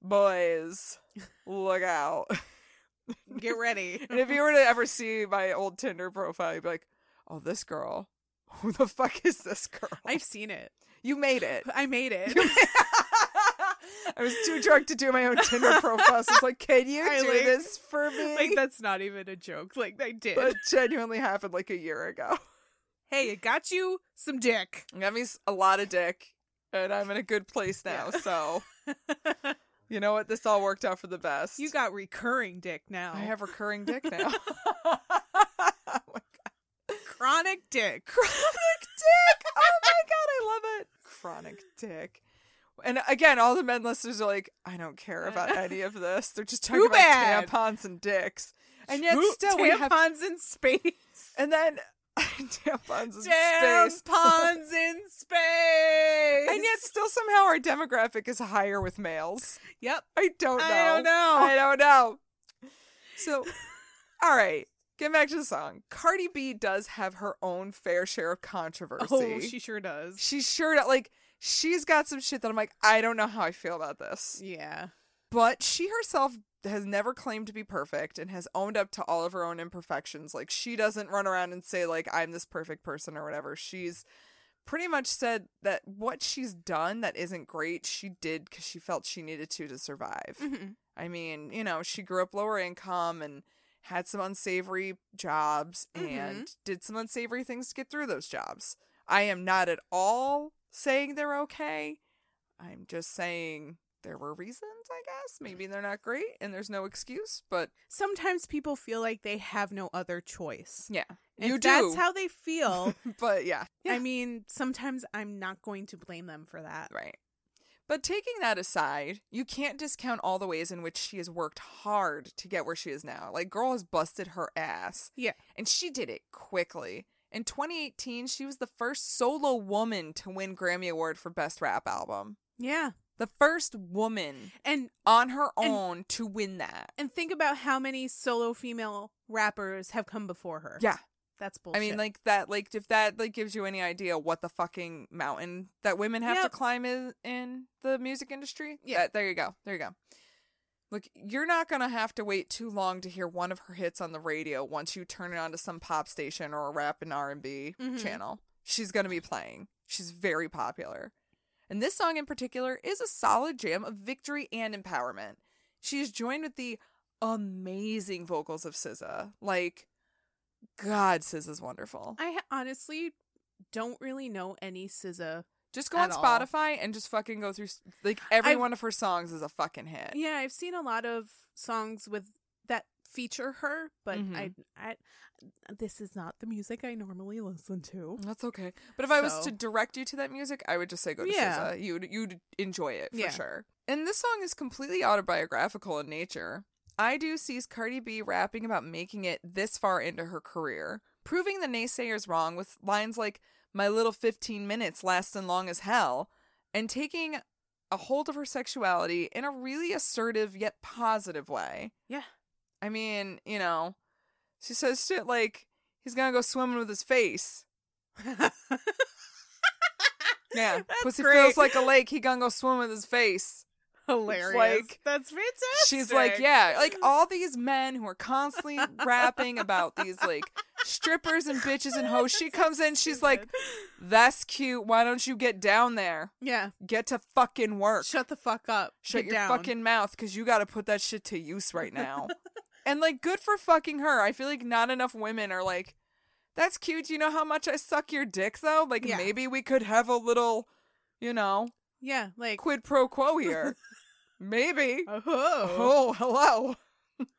S4: boys, look out.
S3: Get ready.
S4: And if you were to ever see my old Tinder profile, you'd be like, oh, this girl. Who the fuck is this girl?
S3: I've seen it.
S4: you made it.
S3: I made it.
S4: I was too drunk to do my own Tinder profile. So I was like, can you
S3: I
S4: do
S3: like-
S4: this for me?
S3: like that's not even a joke. Like I did.
S4: That genuinely happened like a year ago.
S3: hey, it got you some dick.
S4: That means a lot of dick, and I'm in a good place now. So, you know what? This all worked out for the best.
S3: You got recurring dick now.
S4: I have recurring dick now. Oh
S3: chronic dick.
S4: chronic dick. Oh my god, I love it. Chronic dick. And again, all the men listeners are like, I don't care about any of this. They're just talking
S3: Too
S4: about
S3: bad.
S4: tampons and dicks. And yet
S3: Ooh,
S4: still
S3: tampons
S4: we have
S3: in space.
S4: and then tampons in space.
S3: Tampons in space.
S4: And yet still somehow our demographic is higher with males.
S3: yep.
S4: I don't know.
S3: I don't know.
S4: I don't know. So, all right, get back to the song. Cardi B does have her own fair share of controversy.
S3: Oh, she sure does.
S4: She's sure to, like she's got some shit that I'm like I don't know how I feel about this.
S3: Yeah.
S4: But she herself has never claimed to be perfect and has owned up to all of her own imperfections. Like she doesn't run around and say like I'm this perfect person or whatever. She's pretty much said that what she's done that isn't great, she did cuz she felt she needed to to survive.
S3: Mm-hmm.
S4: I mean, you know, she grew up lower income and had some unsavory jobs
S3: Mm-hmm.
S4: and did some unsavory things to get through those jobs. I am not at all saying they're okay. I'm just saying there were reasons, I guess. Maybe they're not great and there's no excuse, but
S3: Sometimes people feel like they have no other choice.
S4: yeah.
S3: If
S4: you
S3: that's
S4: do.
S3: how they feel.
S4: but yeah.
S3: I mean, sometimes I'm not going to blame them for that.
S4: Right. But taking that aside, you can't discount all the ways in which she has worked hard to get where she is now. Like, girl has busted her ass.
S3: Yeah.
S4: And she did it quickly. In 2018, she was the first solo woman to win Grammy Award for Best Rap Album.
S3: Yeah.
S4: The first woman
S3: And
S4: on her
S3: And-
S4: own to win that.
S3: and think about how many solo female rappers have come before her.
S4: Yeah.
S3: That's bullshit.
S4: I mean, like that, like if that like gives you any idea what the fucking mountain that women have to
S3: Yep.
S4: climb in in the music industry.
S3: Yeah.
S4: that- there you go. There you go. Look, you're not gonna have to wait too long to hear one of her hits on the radio once you turn it on to some pop station or a rap and R and B
S3: Mhm.
S4: channel. She's gonna be playing. She's very popular. And this song in particular is a solid jam of victory and empowerment. She is joined with the amazing vocals of SZA. Like, God, SZA's wonderful.
S3: I ha- honestly don't really know any SZA.
S4: Just go on
S3: at all.
S4: Spotify and just fucking go through s- like every
S3: I've-
S4: one of her songs is a fucking hit.
S3: Yeah, I've seen a lot of songs with that feature her, but
S4: Mhm.
S3: I, I, this is not the music I normally listen to.
S4: That's okay. But if I was
S3: So-
S4: to direct you to that music, I would just say go to
S3: Yeah.
S4: SZA. You'd you'd enjoy it for
S3: Yeah.
S4: sure. And this song is completely autobiographical in nature. I do sees Cardi B rapping about making it this far into her career, proving the naysayers wrong with lines like "My little fifteen minutes lasting long as hell," and taking a hold of her sexuality in a really assertive yet positive way.
S3: Yeah.
S4: I mean, you know, she says shit like he's gonna go swimming with his face. Yeah,
S3: That's
S4: pussy
S3: great.
S4: feels like a lake. He gonna go swim with his face.
S3: Hilarious.
S4: like-
S3: That's fantastic.
S4: She's like, yeah, like all these men who are constantly rapping about these like strippers and bitches and hoes. She comes in, she's like, "That's cute. Why don't you get down there?
S3: Yeah.
S4: Get to fucking work.
S3: Shut the fuck up.
S4: Shut
S3: Get
S4: your
S3: down.
S4: fucking mouth, because you got to put that shit to use right now." and like, good for fucking her. I feel like not enough women are like, "That's cute. You know how much I suck your dick, though. Like,
S3: Yeah.
S4: maybe we could have a little, you know."
S3: Yeah, like
S4: quid pro quo here. Maybe.
S3: Oh.
S4: Oh, hello.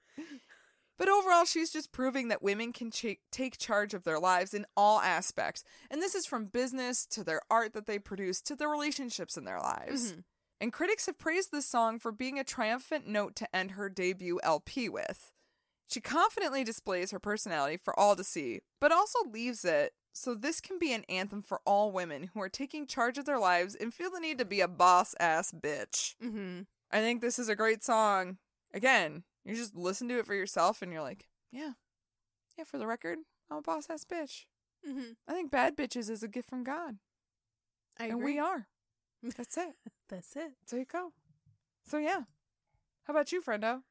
S4: but overall, she's just proving that women can cha- take charge of their lives in all aspects. And this is from business to their art that they produce to the relationships in their lives. And critics have praised this song for being a triumphant note to end her debut LP with. She confidently displays her personality for all to see, but also leaves it so this can be an anthem for all women who are taking charge of their lives and feel the need to be a boss ass bitch.
S3: Mm-hmm.
S4: I think this is a great song. Again, you just listen to it for yourself and you're like, yeah, yeah, for the record, I'm a boss ass bitch.
S3: Mm-hmm.
S4: I think bad bitches is a gift from God.
S3: I
S4: and
S3: agree.
S4: we are. That's it.
S3: That's it.
S4: There you go. So, yeah. How about you, friendo?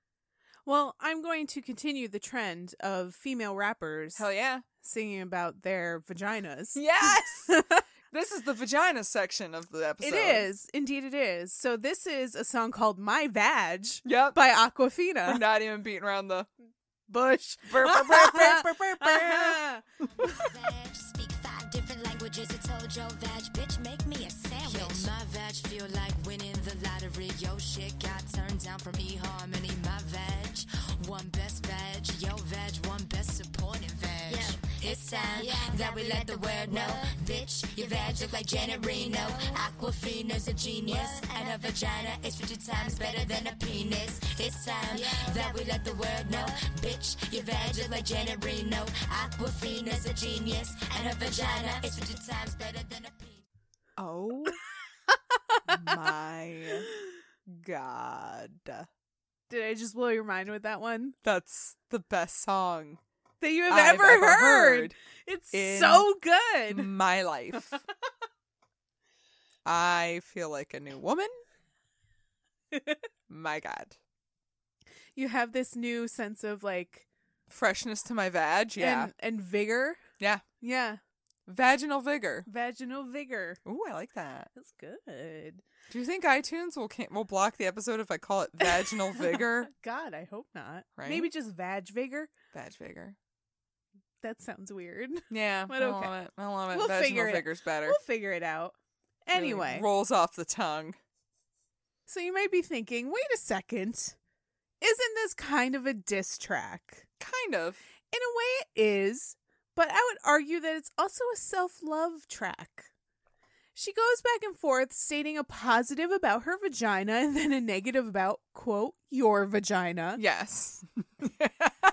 S3: Well, I'm going to continue the trend of female rappers
S4: yeah.
S3: singing about their vaginas.
S4: Yes! this is the vagina section of the episode.
S3: It is. Indeed it is. So this is a song called My Vag
S4: Yep.
S3: by
S4: We're
S3: Aquafina.
S4: not even beating around the
S3: Bush.
S4: burr, burr, burr, burr, burr, burr, burr.
S3: Uh-huh.
S6: vag. Speak five different languages. I told your vag, bitch, make me a sandwich. Yo, my vag feel like winning the lottery. Yo, shit got turned down from eHarmony. My vag, one best vag. Yo, vag, one best supporting vag. It's time that we let the world know, bitch. Your vag look like Janet Reno. Aquafina's a genius, and her vagina is 50 times better than a penis. It's time that we let the world know, bitch. Your vag look like Janet Reno. Aquafina's a genius, and her vagina is 50 times better than a penis.
S4: Oh my God.
S3: Did I just blow your mind with that one?
S4: That's the best song
S3: That you have
S4: I've
S3: ever, heard. It's
S4: in
S3: so good.
S4: in my life. I feel like a new woman. My God.
S3: you have this new sense of like
S4: Freshness to my vag. Yeah.
S3: and, and vigor.
S4: yeah.
S3: Yeah,
S4: Vaginal vigor.
S3: vaginal vigor.
S4: Ooh, I like that.
S3: That's good.
S4: Do you think iTunes will can- will block the episode if I call it vaginal vigor?
S3: God, I hope not.
S4: Right?
S3: Maybe just vag vigor.
S4: Vag vigor.
S3: That sounds weird.
S4: Yeah.
S3: But
S4: I
S3: okay.
S4: love it. I love it.
S3: We'll
S4: vaginal
S3: figure it-
S4: vigor's better.
S3: We'll figure it out.
S4: Really
S3: Anyway,
S4: rolls off the tongue.
S3: so you might be thinking, wait a second, isn't this kind of a diss track?
S4: Kind of.
S3: In a way, it is, but I would argue that it's also a self love track. She goes back and forth stating a positive about her vagina and then a negative about, quote, your vagina.
S4: Yes.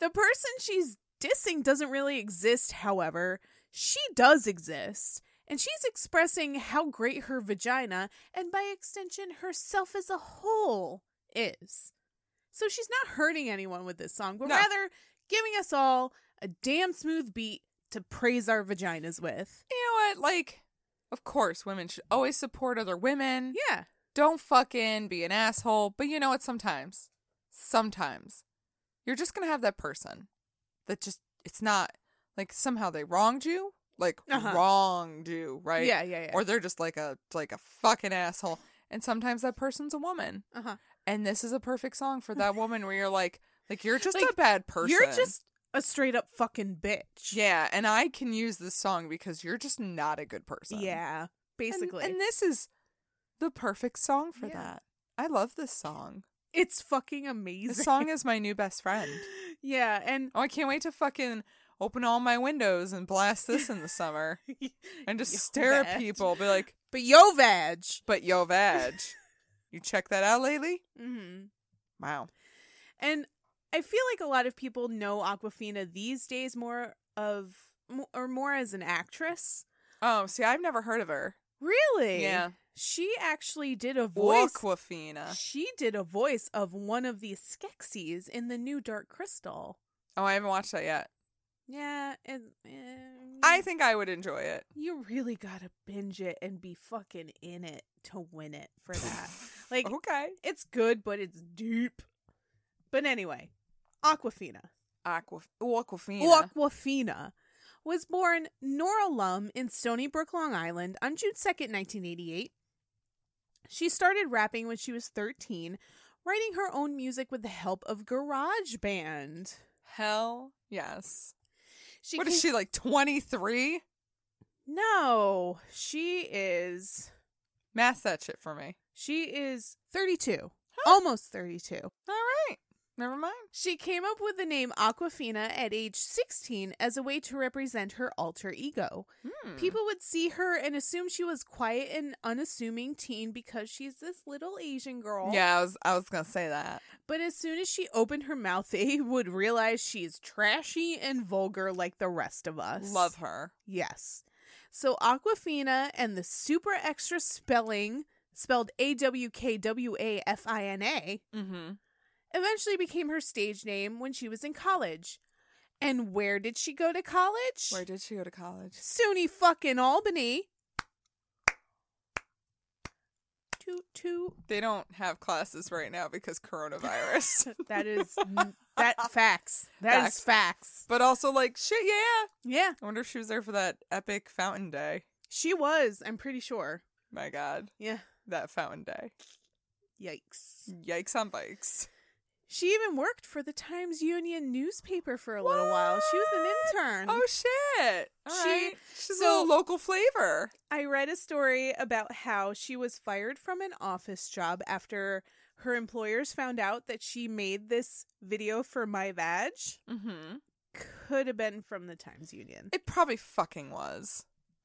S3: The person she's dissing doesn't really exist, however. She does exist. And she's expressing how great her vagina, and by extension, herself as a whole, is. So she's not hurting anyone with this song, but
S4: No.
S3: rather giving us all a damn smooth beat to praise our vaginas with.
S4: you know what? Like, of course, women should always support other women.
S3: Yeah.
S4: Don't fucking be an asshole. But you know what? Sometimes, sometimes you're just going to have that person that just, it's not like somehow they wronged you, like
S3: Uh-huh.
S4: wronged you, right?
S3: Yeah, yeah, yeah.
S4: Or they're just like a, like a fucking asshole. And sometimes that person's a woman.
S3: Uh huh.
S4: And this is a perfect song for that woman where you're like, like you're just
S3: Like,
S4: a bad person.
S3: You're just a straight up fucking bitch.
S4: Yeah, and I can use this song because you're just not a good person.
S3: Yeah.
S4: And-
S3: Basically.
S4: And, this is the perfect song for
S3: Yeah.
S4: that. I love this song.
S3: it's fucking amazing.
S4: This song is my new best friend.
S3: yeah. And
S4: Oh, I can't wait to fucking open all my windows and blast this in the summer and just
S3: Yo,
S4: stare at
S3: vag.
S4: people. Be like,
S3: But yo, vag.
S4: but yo, vag. you check that out lately?
S3: Mm-hmm.
S4: Wow.
S3: And I feel like a lot of people know Aquafina these days more of mo- or more as an actress.
S4: Oh, see, I've never heard of her.
S3: Really?
S4: Yeah.
S3: She actually did a voice.
S4: Aquafina.
S3: She did a voice of one of the Skeksis in the new Dark Crystal.
S4: Oh, I haven't watched that yet.
S3: Yeah, and, and
S4: I think I would enjoy it.
S3: you really gotta binge it and be fucking in it to win it for that. like,
S4: Okay.
S3: it's good, but it's deep. But anyway, Aquafina.
S4: Aquaf- Aquafina.
S3: Aquafina was born Nora Lum in Stony Brook, Long Island on June 2nd, 1988. She started rapping when she was 13, writing her own music with the help of GarageBand.
S4: Hell yes.
S3: She
S4: what is
S3: con-
S4: she like 23?
S3: No, she is
S4: Math that shit for me.
S3: she is 32. Almost 32.
S4: All right. Never mind.
S3: She came up with the name Aquafina at age 16 as a way to represent her alter ego.
S4: Hmm.
S3: People would see her and assume she was quiet and unassuming teen because she's this little Asian girl.
S4: Yeah, I was I was gonna say that.
S3: But as soon as she opened her mouth, they would realize she's trashy and vulgar like the rest of us.
S4: Love her.
S3: Yes. So Aquafina and the super extra spelling, spelled A W K W A F I N A,
S4: Mm-hmm.
S3: eventually became her stage name when she was in college. And where did she go to college?
S4: Where did she go to college?
S3: SUNY fucking Albany. Toot toot.
S4: They don't have classes right now because coronavirus.
S3: That is that facts. That is
S4: Facts.
S3: facts.
S4: but also like shit, yeah.
S3: Yeah,
S4: I wonder if she was there for that epic fountain day.
S3: she was. I'm pretty sure.
S4: My God,
S3: Yeah.
S4: that fountain day.
S3: Yikes.
S4: Yikes on bikes.
S3: She even worked for the Times Union newspaper for a little while. She was an intern.
S4: Oh shit! All
S3: She-
S4: right. She's
S3: so-
S4: a little local flavor.
S3: I read a story about how she was fired from an office job after her employers found out that she made this video for My Vag.
S4: Mm-hmm.
S3: Could have been from the Times Union.
S4: It probably fucking was.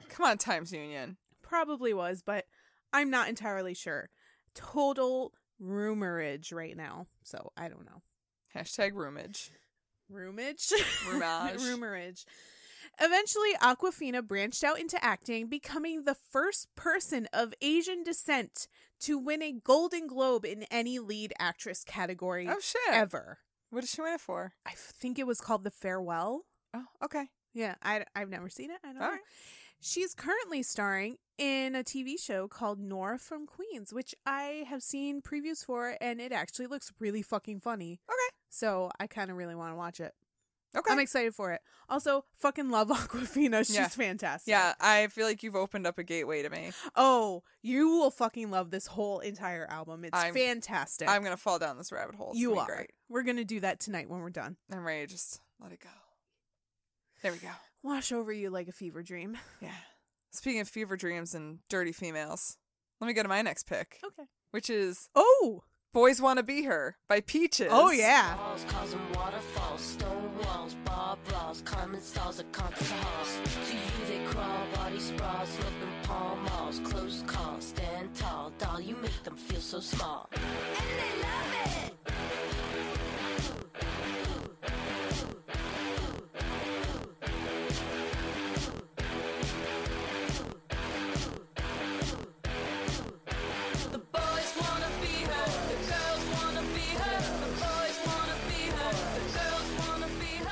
S4: Come on, Times Union.
S3: Probably was, but I'm not entirely sure. Total rumorage right now, so I don't know.
S4: Hashtag roomage.
S3: Rumage?
S4: Rumage.
S3: rumorage. Eventually, Aquafina branched out into acting, becoming the first person of Asian descent to win a Golden Globe in any lead actress category
S4: Oh shit!
S3: ever.
S4: What did she win it for?
S3: I think it was called The Farewell.
S4: Oh, okay.
S3: Yeah, I, I've never seen it. I don't know.
S4: All right.
S3: She's currently starring in a TV show called Nora from Queens, which I have seen previews for, and it actually looks really fucking funny.
S4: Okay.
S3: So I kind of really want to watch it.
S4: Okay.
S3: I'm excited for it. Also, fucking love Aquafina. She's
S4: Yeah.
S3: fantastic.
S4: yeah, I feel like you've opened up a gateway to me.
S3: Oh, you will fucking love this whole entire album. It's
S4: I'm-
S3: fantastic.
S4: I'm gonna fall down this rabbit hole. It's
S3: you
S4: gonna
S3: are.
S4: be great.
S3: We're gonna do that tonight when we're done.
S4: I'm ready to just let it go. There we go.
S3: Wash over you like a fever dream.
S4: Yeah. Speaking of fever dreams and dirty females, let me go to my next pick,
S3: Okay.
S4: which is
S3: Oh.
S4: Boys Wanna Be Her by Peaches.
S3: Oh yeah.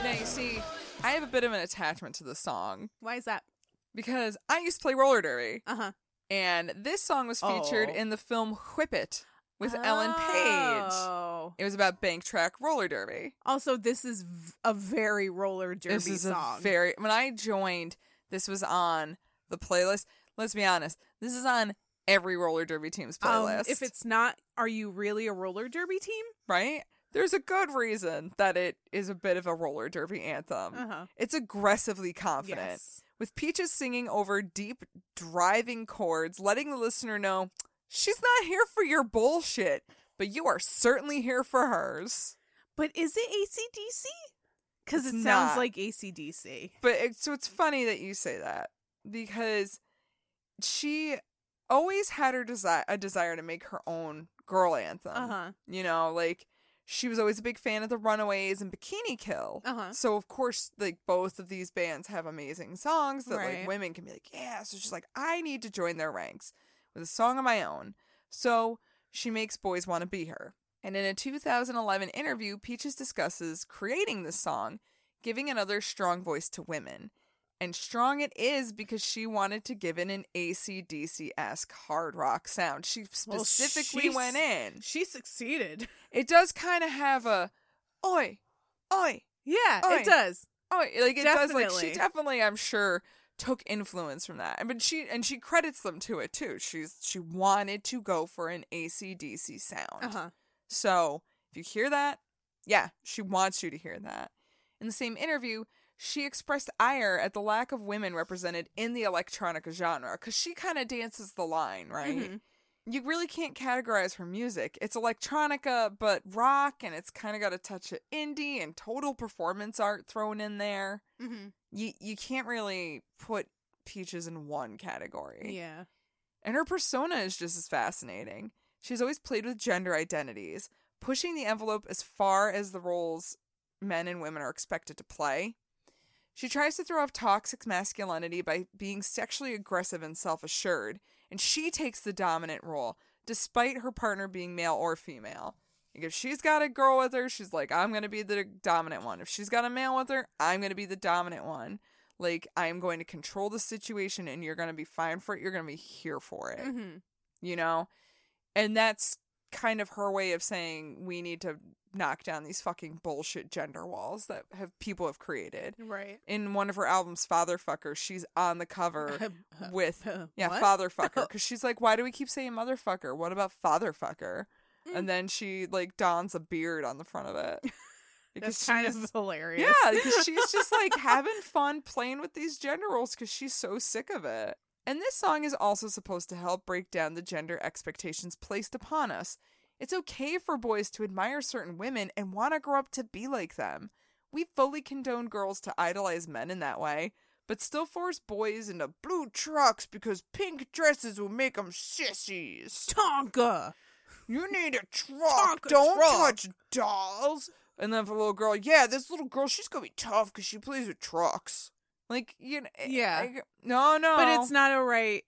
S4: Now you see, I have a bit of an attachment to the song
S3: Why is that?
S4: because I used to play roller derby.
S3: Uh huh.
S4: And this song was featured
S3: Oh.
S4: in the film Whip It with Ellen Page.
S3: Oh.
S4: It was about bank track roller derby.
S3: Also, this is v- a very roller derby
S4: this is
S3: song.
S4: a very when I joined, this was on the playlist. Let's be honest, this is on every roller derby team's
S3: Um,
S4: playlist.
S3: if it's not, are you really a roller derby team?
S4: right, there's a good reason that it is a bit of a roller derby anthem.
S3: Uh-huh.
S4: It's aggressively confident.
S3: Yes.
S4: With Peaches singing over deep, driving chords, letting the listener know she's not here for your bullshit, but you are certainly here for hers.
S3: But is it ACDC? Because it
S4: It's
S3: sounds
S4: not.
S3: like ACDC.
S4: But it, so it's funny that you say that because she always had her desire a desire to make her own girl anthem.
S3: Uh-huh.
S4: You know, like she was always a big fan of the Runaways and Bikini Kill.
S3: Uh-huh.
S4: So of course, like both of these bands have amazing songs that
S3: Right.
S4: like women can be like, yeah. So she's like, I need to join their ranks with a song of my own. So she makes boys want to be her. And in a 2011 interview, Peaches discusses creating this song, giving another strong voice to women. And strong it is because she wanted to give it an ACDC esque hard rock sound. She
S3: Well,
S4: specifically
S3: she's-
S4: went in.
S3: She succeeded.
S4: It does kind of have a, oi, oi,
S3: Yeah,
S4: Oi.
S3: it does.
S4: Oh, like it does. Like
S3: Definitely.
S4: she definitely, I'm sure, took influence from that. I mean, she and she credits them to it too. She's she wanted to go for an ACDC sound.
S3: Uh huh.
S4: So if you hear that, yeah, she wants you to hear that. In the same interview, she expressed ire at the lack of women represented in the electronica genre because she kind of dances the line, right? You really can't categorize her music. It's electronica, but rock, and it's kind of got a touch of indie and total performance art thrown in there.
S3: Mhm.
S4: You you can't really put peaches in one category.
S3: Yeah.
S4: And her persona is just as fascinating. She's always played with gender identities, pushing the envelope as far as the roles men and women are expected to play. She tries to throw off toxic masculinity by being sexually aggressive and self assured, and she takes the dominant role, despite her partner being male or female. Like if she's got a girl with her, she's like, I'm gonna be the dominant one. If she's got a male with her, I'm gonna be the dominant one. Like I am going to control the situation, and you're gonna be fine for it. You're gonna be here for it.
S3: Mhm.
S4: You know, and that's kind of her way of saying we need to knock down these fucking bullshit gender walls that have people have created.
S3: Right.
S4: In one of her albums, Fatherfucker, she's on the cover Uh, with yeah,
S3: Er, uh, What?
S4: Fatherfucker, because she's like, why do we keep saying motherfucker? What about Fatherfucker?
S3: Mm.
S4: And then she like dons a beard on the front of it.
S3: That's
S4: she
S3: kind
S4: is-
S3: of hilarious.
S4: yeah, because she's just like having fun playing with these gender roles because she's so sick of it. And this song is also supposed to help break down the gender expectations placed upon us. It's okay for boys to admire certain women and want to grow up to be like them. We fully condone girls to idolize men in that way, but still force boys into blue trucks because pink dresses will make them sissies.
S3: Tonka.
S4: You need a truck.
S3: Truck, a
S4: Don't
S3: truck.
S4: touch dolls. And then for the little girl, yeah, this little girl, she's gonna be tough because she plays with trucks. Like you know,
S3: Yeah.
S4: like, no, no.
S3: But it's not all right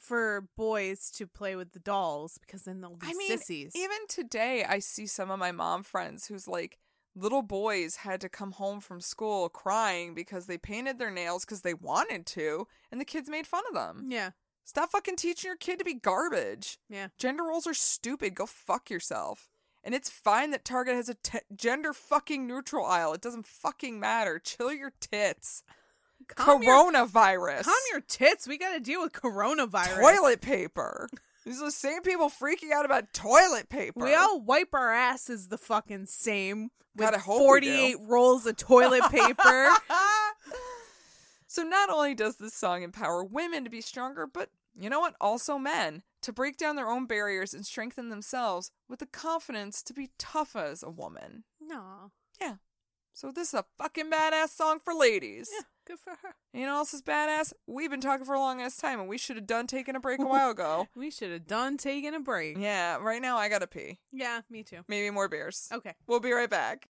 S3: for boys to play with the dolls because then they'll be
S4: I mean,
S3: sissies.
S4: even today, I see some of my mom friends who's like, little boys had to come home from school crying because they painted their nails because they wanted to, and the kids made fun of them.
S3: Yeah.
S4: Stop fucking teaching your kid to be garbage.
S3: Yeah.
S4: Gender roles are stupid. Go fuck yourself. And it's fine that Target has a t- gender fucking neutral aisle. It doesn't fucking matter. Chill your tits.
S3: Calm your-
S4: Coronavirus.
S3: Calm your tits. We got to deal with coronavirus.
S4: toilet paper. These are the same people freaking out about toilet paper.
S3: We all wipe our asses the fucking same with
S4: God, I hope we do.
S3: 48 rolls of toilet paper.
S4: So not only does this song empower women to be stronger, but you know what? Also men to break down their own barriers and strengthen themselves with the confidence to be tough as a woman.
S3: no.
S4: Yeah. So this is a fucking badass song for ladies.
S3: Yeah, good for her.
S4: You know what else is badass? We've been talking for a long ass time and we should have done taking a break a while ago.
S3: We should have done taking a break.
S4: Oh. yeah, right now I gotta pee.
S3: Yeah, me too.
S4: Maybe more beers.
S3: Okay.
S4: We'll be right back.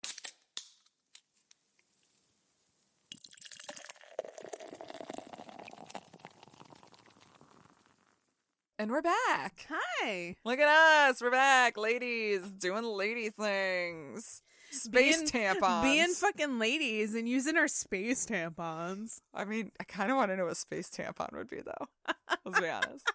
S4: And we're back.
S3: Hi.
S4: Look at us. We're back, ladies, doing lady things. Space tampons.
S3: Being fucking ladies and using our space tampons.
S4: I mean, I kind of want to know what space tampon would be, though. Let's be honest.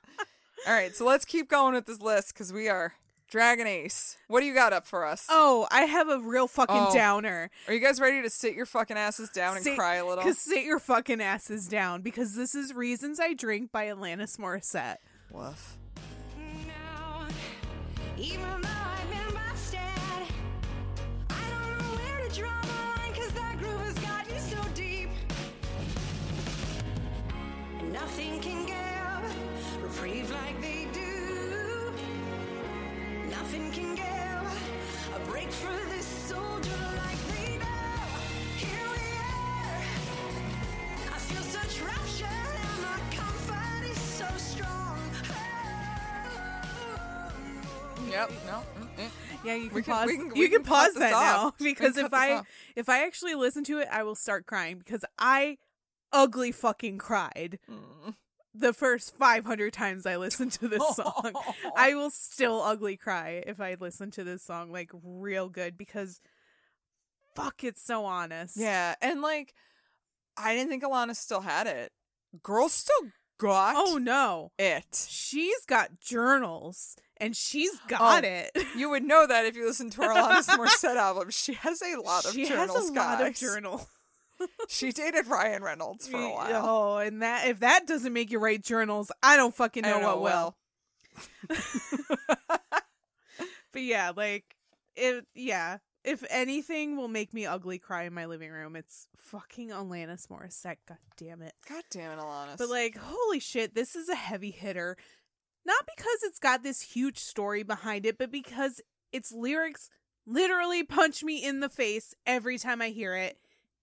S4: All right, so let's keep going with this list because we are Dragon Ace. What do you got up for us?
S3: Oh, I have a real fucking
S4: Oh.
S3: downer.
S4: Are you guys ready to sit your fucking asses down and cry a little?
S3: Because sit your fucking asses down because this is Reasons I Drink by Alanis Morissette.
S4: Woof.
S6: now. Even though I'm in my stead, I don't know where to draw the line, cause that groove has got you so deep. And nothing can give reprieve like they do. Nothing can give a break for this soldier like they do. Here we are. I feel such rapture and my comfort is so strong.
S4: Yep. No. mm, mm.
S3: Yeah, you can
S4: We can-
S3: pause.
S4: we can-
S3: you
S4: we
S3: can,
S4: can cut
S3: pause
S4: this
S3: that now
S4: off. We can
S3: because
S4: cut
S3: if
S4: this
S3: I
S4: off.
S3: if I actually listen to it, I will start crying because I ugly fucking cried the first 500 times I listened to this song. I will still ugly cry if I listen to this song like real good because fuck, it's so honest.
S4: Yeah, and like, I didn't think Alana still had it. Girl still got
S3: Oh no,
S4: it.
S3: she's got journals and she's got
S4: Oh,
S3: it.
S4: You would know that if you listen to her Alanis Morissette album. She has a lot of
S3: she
S4: journals,
S3: has a lot of
S4: guys.
S3: journals.
S4: She dated Ryan Reynolds for a
S3: Y-
S4: while.
S3: Oh, and that if that doesn't make you write journals, I don't fucking oh, know,
S4: Oh,
S3: what will. But yeah, like if yeah, if anything will make me ugly cry in my living room, it's fucking Alanis Morissette. God damn it!
S4: God damn it, Alanis.
S3: But like, holy shit, this is a heavy hitter. Not because it's got this huge story behind it, but because its lyrics literally punch me in the face every time I hear it,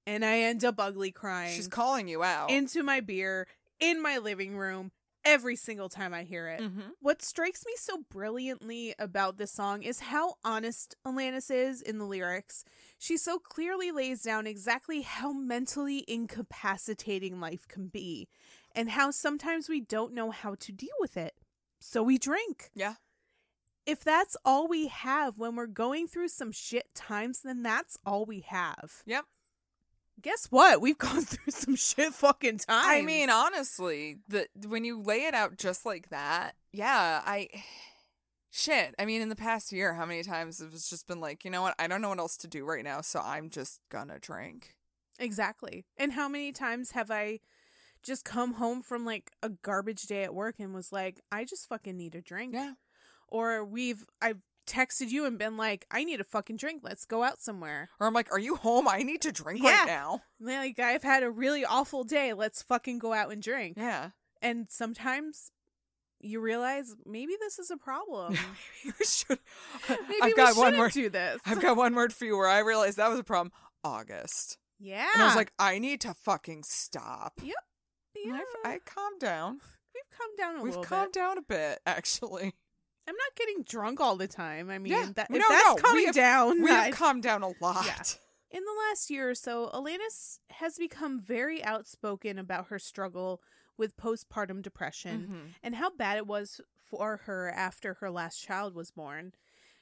S3: and I end up ugly crying
S4: she's calling you out.
S3: into my beer in my living room every single time I hear it.
S4: Mhm.
S3: What strikes me so brilliantly about this song is how honest Alanis is in the lyrics. She so clearly lays down exactly how mentally incapacitating life can be and how sometimes we don't know how to deal with it. So we drink.
S4: yeah.
S3: If that's all we have when we're going through some shit times, then that's all we have.
S4: Yep.
S3: Guess what? We've gone through some shit fucking times.
S4: I mean, honestly, the when you lay it out just like that, yeah, I shit. I mean, in the past year, how many times it's just been like, you know what? I don't know what else to do right now, so I'm just gonna drink.
S3: Exactly. And how many times have I just come home from like a garbage day at work and was like, I just fucking need a drink.
S4: Yeah.
S3: Or we've I've texted you and been like, I need a fucking drink. Let's go out somewhere.
S4: Or I'm like, are you home? I need to drink
S3: Yeah.
S4: right now.
S3: Like I've had a really awful day. Let's fucking go out and drink.
S4: Yeah.
S3: And sometimes you realize maybe this is a problem.
S4: Maybe we should.
S3: Maybe
S4: I've
S3: we
S4: got one
S3: shouldn't
S4: more.
S3: do this.
S4: I've got one word for you where I realized that was a problem. August.
S3: yeah.
S4: And I was like, I need to fucking stop.
S3: Yep.
S4: And
S3: Yeah.
S4: I've, I calmed down.
S3: We've come down a
S4: We've
S3: little bit.
S4: calmed down a bit, actually.
S3: I'm not getting drunk all the time. I mean,
S4: yeah.
S3: that, if
S4: No, no,
S3: that's
S4: we
S3: coming
S4: have-
S3: down,
S4: We have
S3: I've-
S4: calmed down a lot.
S3: Yeah. In the last year or so, Alanis has become very outspoken about her struggle with postpartum Mm-hmm. depression and how bad it was for her after her last child was born.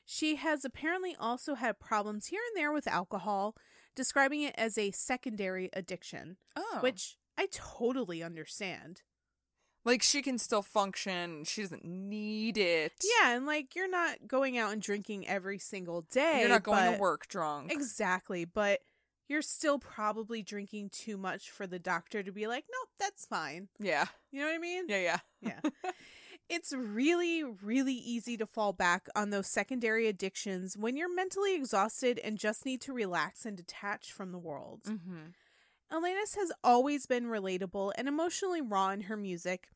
S3: She has apparently also had problems here and there with alcohol, describing it as a secondary addiction,
S4: Oh.
S3: which I totally understand.
S4: like she can still function. She doesn't need it.
S3: Yeah, and like you're not going out and drinking every single day.
S4: You're not going
S3: but-
S4: to work drunk.
S3: Exactly, but you're still probably drinking too much for the doctor to be like, nope, that's fine.
S4: yeah.
S3: You know what I mean?
S4: Yeah, yeah.
S3: Yeah. it's really, really easy to fall back on those secondary addictions when you're mentally exhausted and just need to relax and detach from the world.
S4: Mm-hmm.
S3: Alanis has always been relatable and emotionally raw in her music.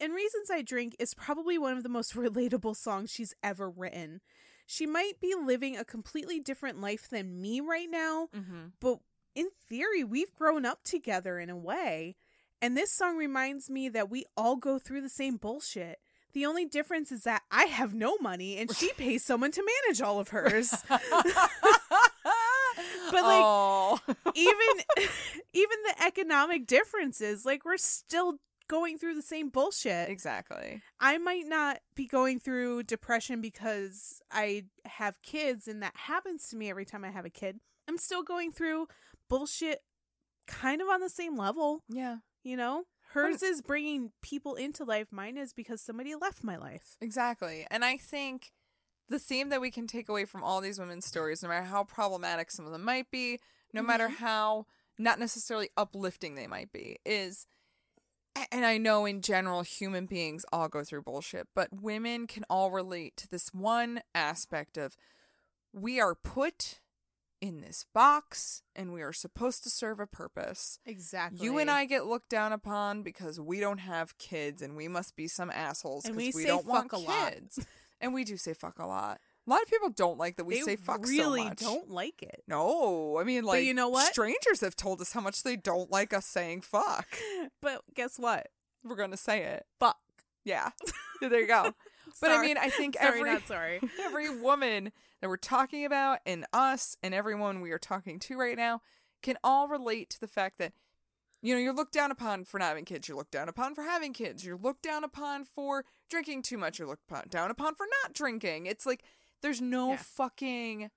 S3: And Reasons I Drink is probably one of the most relatable songs she's ever written. She might be living a completely different life than me right now,
S4: Mm-hmm.
S3: but in theory, we've grown up together in a way. And this song reminds me that we all go through the same bullshit. The only difference is that I have no money and she pays someone to manage all of hers.
S4: but
S3: like,
S4: oh.
S3: even even the economic differences, like we're still going through the same bullshit.
S4: exactly.
S3: I might not be going through depression because I have kids and that happens to me every time I have a kid. I'm still going through bullshit kind of on the same level.
S4: Yeah.
S3: You know, hers is bringing people into life. Mine is because somebody left my life.
S4: Exactly. And I think the theme that we can take away from all these women's stories, no matter how problematic some of them might be, no matter how not necessarily uplifting they might be, is a- and I know in general human beings all go through bullshit, but women can all relate to this one aspect of we are put in this box and we are supposed to serve a purpose.
S3: Exactly.
S4: You and I get looked down upon because we don't have kids and we must be some assholes
S3: And
S4: because
S3: we
S4: we,
S3: say
S4: don't want
S3: fuck a lot.
S4: kids. and we do say fuck a lot. A lot of people don't like that we
S3: they
S4: say fuck
S3: really
S4: so much.
S3: don't like it.
S4: No, I mean like
S3: you know what?
S4: Strangers have told us how much they don't like us saying fuck.
S3: But guess what?
S4: We're gonna say it.
S3: Fuck.
S4: Yeah, there you go. But I
S3: Sorry.
S4: mean, I think
S3: Sorry,
S4: every
S3: not sorry.
S4: every woman that we're talking about and us and everyone we are talking to right now can all relate to the fact that you know you're looked down upon for not having kids you're looked down upon for having kids you're looked down upon for drinking too much you're looked upon- down upon for not drinking it's like there's no
S3: Yeah.
S4: fucking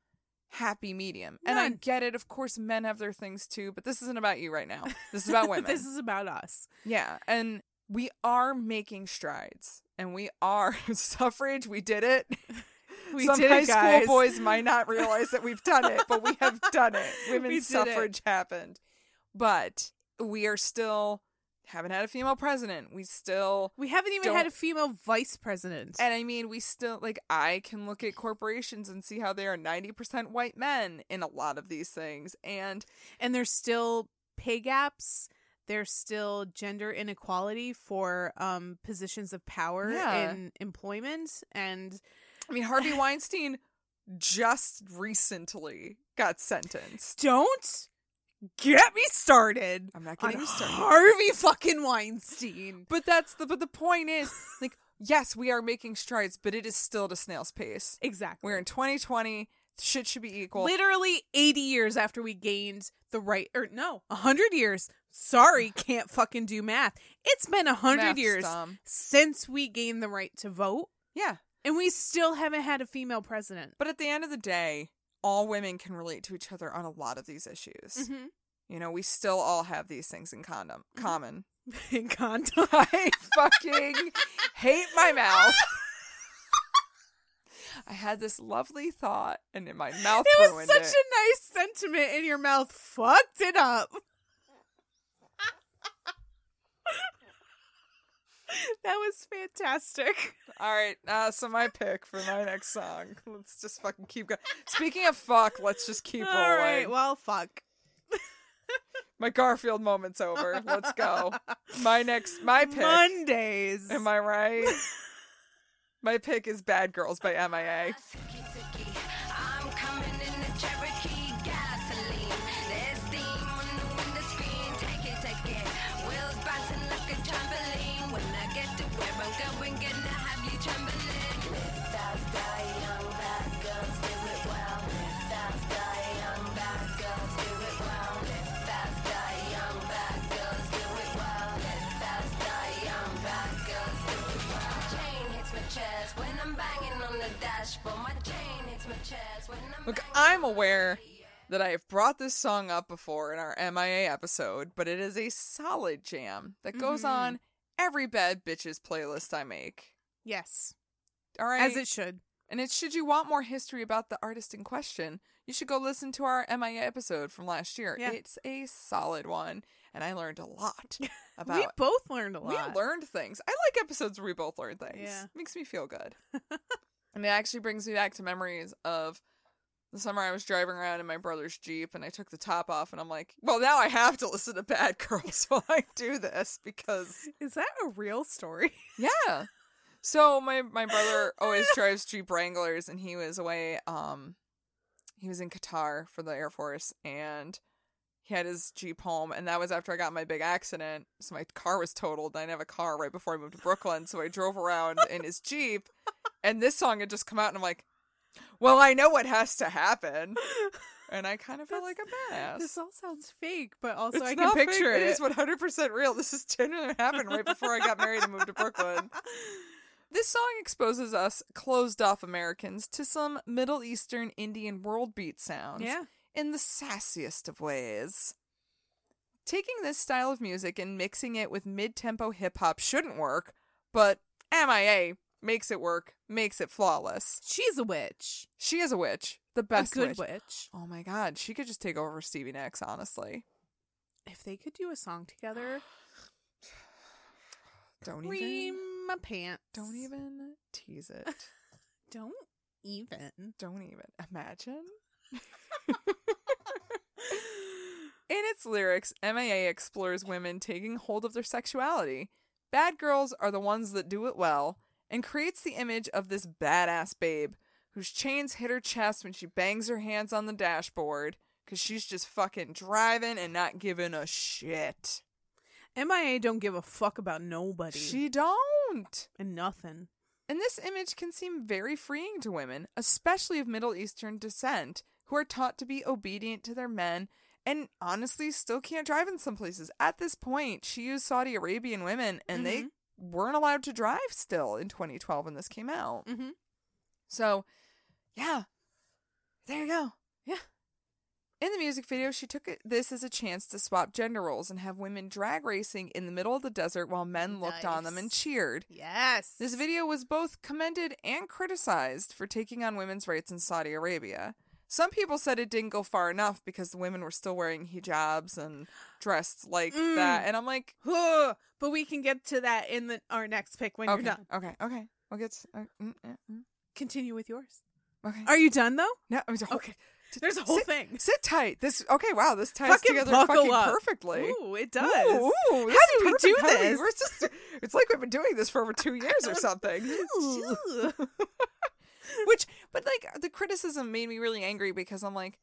S4: happy medium and i
S3: None.
S4: get it of course men have their things too but this isn't about you right now this is about women
S3: this is about us.
S4: yeah, and we are making strides, and we are suffrage. We did it.
S3: We
S4: Some
S3: did it,
S4: high
S3: guys.
S4: school boys might not realize that we've done it, but we have done it. Women's
S3: We did it.
S4: suffrage happened, but we are still haven't had a female president. We still.
S3: We haven't even had
S4: don't-
S3: a female vice president.
S4: And I mean, we still like I can look at corporations and see how they are ninety percent white men in a lot of these things, and
S3: and there's still pay gaps. There's still gender inequality for um, positions of power
S4: Yeah.
S3: in employment. And
S4: I mean Harvey Weinstein just recently got sentenced.
S3: don't get me started.
S4: I'm not getting
S3: on
S4: you started.
S3: Harvey fucking Weinstein.
S4: But that's the but the point is like yes, we are making strides, but it is still at a snail's pace.
S3: Exactly.
S4: We're in 2020. Shit should be equal.
S3: literally 80 years after we gained the right or no 100 years sorry can't fucking do math it's been 100
S4: Math's
S3: years
S4: dumb.
S3: since we gained the right to vote
S4: yeah,
S3: and we still haven't had a female president
S4: but at the end of the day, all women can relate to each other on a lot of these issues.
S3: Mhm.
S4: You know, we still all have these things in condom common.
S3: in contact
S4: I fucking hate my mouth. I had this lovely thought, and in my mouth
S3: it was
S4: ruined
S3: such
S4: it.
S3: a nice sentiment and your mouth fucked it up that was fantastic
S4: All right, uh, so my pick for my next song. Let's just fucking keep going. Speaking of fuck, let's just keep
S3: all
S4: rolling.
S3: right well fuck
S4: my Garfield moment's over. Let's go. My next, my pick.
S3: mondays
S4: Am I right? my pick is "Bad Girls" by MIA.
S6: I'm coming in the Cherokee gasoline. There's steam on the window screen. Take it, take it. Wheels bouncing like a trampoline. When I get to where I'm going, gonna have you trembling. Live fast, die young, bad girls do it well. Live fast, die young, bad girls do it well. Live fast, die young, bad girls do it well. Live fast, die young, bad girls do it well. Chain hits my chest when I'm banging on the
S4: Look, I'm aware that I have brought this song up before in our MIA episode, but it is a solid jam that goes
S3: Mm-hmm.
S4: on every bad bitches playlist I make.
S3: Yes.
S4: All right.
S3: As it should.
S4: and it's should you want more history about the artist in question, you should go listen to our MIA episode from last year.
S3: Yeah.
S4: It's a solid one, and I learned a lot about.
S3: we both learned a
S4: we
S3: lot.
S4: learned things. I like episodes where we both learn things.
S3: Yeah.
S4: Makes me feel good. and it actually brings me back to memories of the summer I was driving around in my brother's Jeep and I took the top off and I'm like, well, now I have to listen to Bad Girls while I do this because,
S3: Is that a real story?
S4: yeah. So my, my brother always drives Jeep Wranglers and he was away, um, he was in Qatar for the Air Force and he had his Jeep home, and that was after I got in my big accident. So my car was totaled. and I didn't have a car right before I moved to Brooklyn, so I drove around in his Jeep, and this song had just come out, and I'm like, "Well, I know what has to happen," and I kind of felt like a badass.
S3: This all sounds fake, but also
S4: It's
S3: I can
S4: not fake,
S3: picture
S4: It is 100 percent real. This is genuinely what happened right before I got married and moved to Brooklyn. This song exposes us closed off Americans to some Middle Eastern Indian world beat sounds
S3: Yeah.
S4: in the sassiest of ways. Taking this style of music and mixing it with mid tempo hip hop shouldn't work, but MIA makes it work, makes it flawless.
S3: She's a witch.
S4: She is a witch. The best
S3: a good
S4: witch.
S3: witch.
S4: Oh my god, she could just take over for Stevie Nicks, honestly.
S3: If they could do a song together,
S4: Don't
S3: cream
S4: even
S3: my pants.
S4: Don't even tease it.
S3: Don't even.
S4: Don't even imagine. In its lyrics, MAA explores women taking hold of their sexuality. Bad girls are the ones that do it well, and creates the image of this badass babe whose chains hit her chest when she bangs her hands on the dashboard because she's just fucking driving and not giving a shit.
S3: MIA don't give a fuck about nobody
S4: She don't.
S3: and nothing.
S4: And this image can seem very freeing to women, especially of Middle Eastern descent, who are taught to be obedient to their men and honestly still can't drive in some places. At this point, she used Saudi Arabian women and they weren't allowed to drive still in 2012 when this came out.
S3: Mhm.
S4: So, yeah, there you go.
S3: Yeah.
S4: In the music video, she took it, this as a chance to swap gender roles and have women drag racing in the middle of the desert while men looked on them and
S3: Nice.
S4: cheered.
S3: Yes.
S4: This video was both commended and criticized for taking on women's rights in Saudi Arabia. Some people said it didn't go far enough because the women were still wearing hijabs and dressed like
S3: Mm.
S4: that. And I'm like,
S3: Huh, but we can get to that in the, our next pick when
S4: okay,
S3: you're done.
S4: okay, okay. We'll get to, uh, mm, mm, mm.
S3: Continue with yours.
S4: okay.
S3: Are you done though?
S4: no, it's a whole-
S3: Okay. There's a whole
S4: sit,
S3: thing.
S4: Sit tight. This okay. Wow, this ties
S3: Fucking
S4: together
S3: buckle
S4: fucking
S3: up.
S4: perfectly.
S3: Ooh, it does.
S4: Ooh, ooh,
S3: How
S4: this is
S3: do we
S4: perfect.
S3: do
S4: How
S3: this?
S4: we're just- it's like we've been doing this for over two years or something.
S3: Ooh.
S4: Which, but like the criticism made me really angry because I'm like,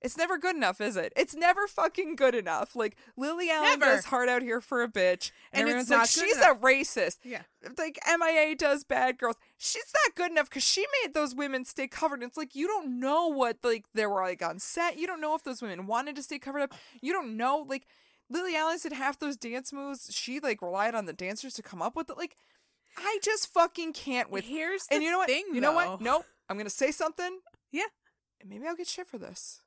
S4: it's never good enough, is it? It's never fucking good enough. Like Lily Allen
S3: Never.
S4: does hard out here for a bitch, and,
S3: And
S4: everyone's
S3: it's
S4: like,
S3: not good
S4: she's
S3: enough."
S4: a racist.
S3: Yeah.
S4: like MIA does bad girls. She's not good enough because she made those women stay covered. And it's like you don't know what like they were like on set. You don't know if those women wanted to stay covered up. You don't know like. Lily Allen did half those dance moves. She like relied on the dancers to come up with it. Like, I just fucking can't with
S3: Here's
S4: and
S3: the
S4: you know what?
S3: thing,
S4: you know what?
S3: though.
S4: Nope. I'm gonna say something,
S3: yeah.
S4: and maybe I'll get shit for this.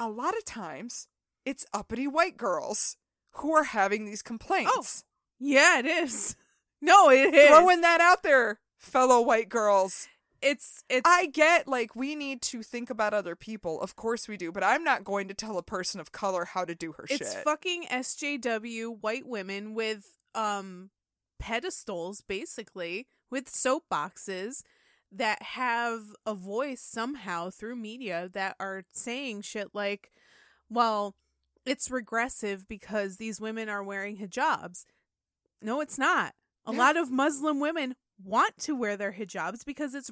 S4: A lot of times, it's uppity white girls who are having these complaints.
S3: Yeah, it is. No, it is.
S4: Throwing that out there, fellow white girls.
S3: It's it's
S4: I get like we need to think about other people, of course we do, but I'm not going to tell a person of color how to do her
S3: it's
S4: shit.
S3: fucking SJW white women with um pedestals basically with soapboxes that have a voice somehow through media that are saying shit like well it's regressive because these women are wearing hijabs no it's not a
S4: Yeah.
S3: lot of muslim women want to wear their hijabs because it's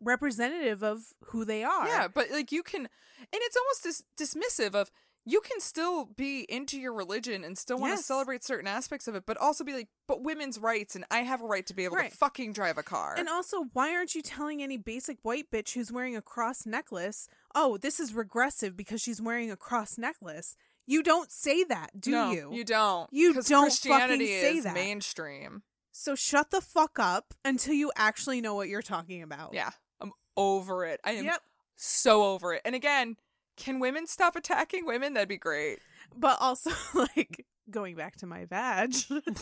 S3: representative of who they are
S4: Yeah, but like you can, and it's almost dis- dismissive of you can still be into your religion and still want to
S3: Yes.
S4: celebrate certain aspects of it, but also be like, but women's rights and I have a right to be able
S3: Right.
S4: to fucking drive a car.
S3: And also, why aren't you telling any basic white bitch who's wearing a cross necklace, oh, this is regressive because she's wearing a cross necklace? You don't say that, do
S4: no,
S3: you?
S4: You don't.
S3: You
S4: 'cause
S3: don't fucking
S4: Christianity
S3: say
S4: is
S3: that.
S4: mainstream.
S3: So shut the fuck up until you actually know what you're talking about.
S4: Yeah. I'm over it. I am
S3: Yep.
S4: so over it. And again, can women stop attacking women? That'd be great.
S3: But also, like, going back to my vag.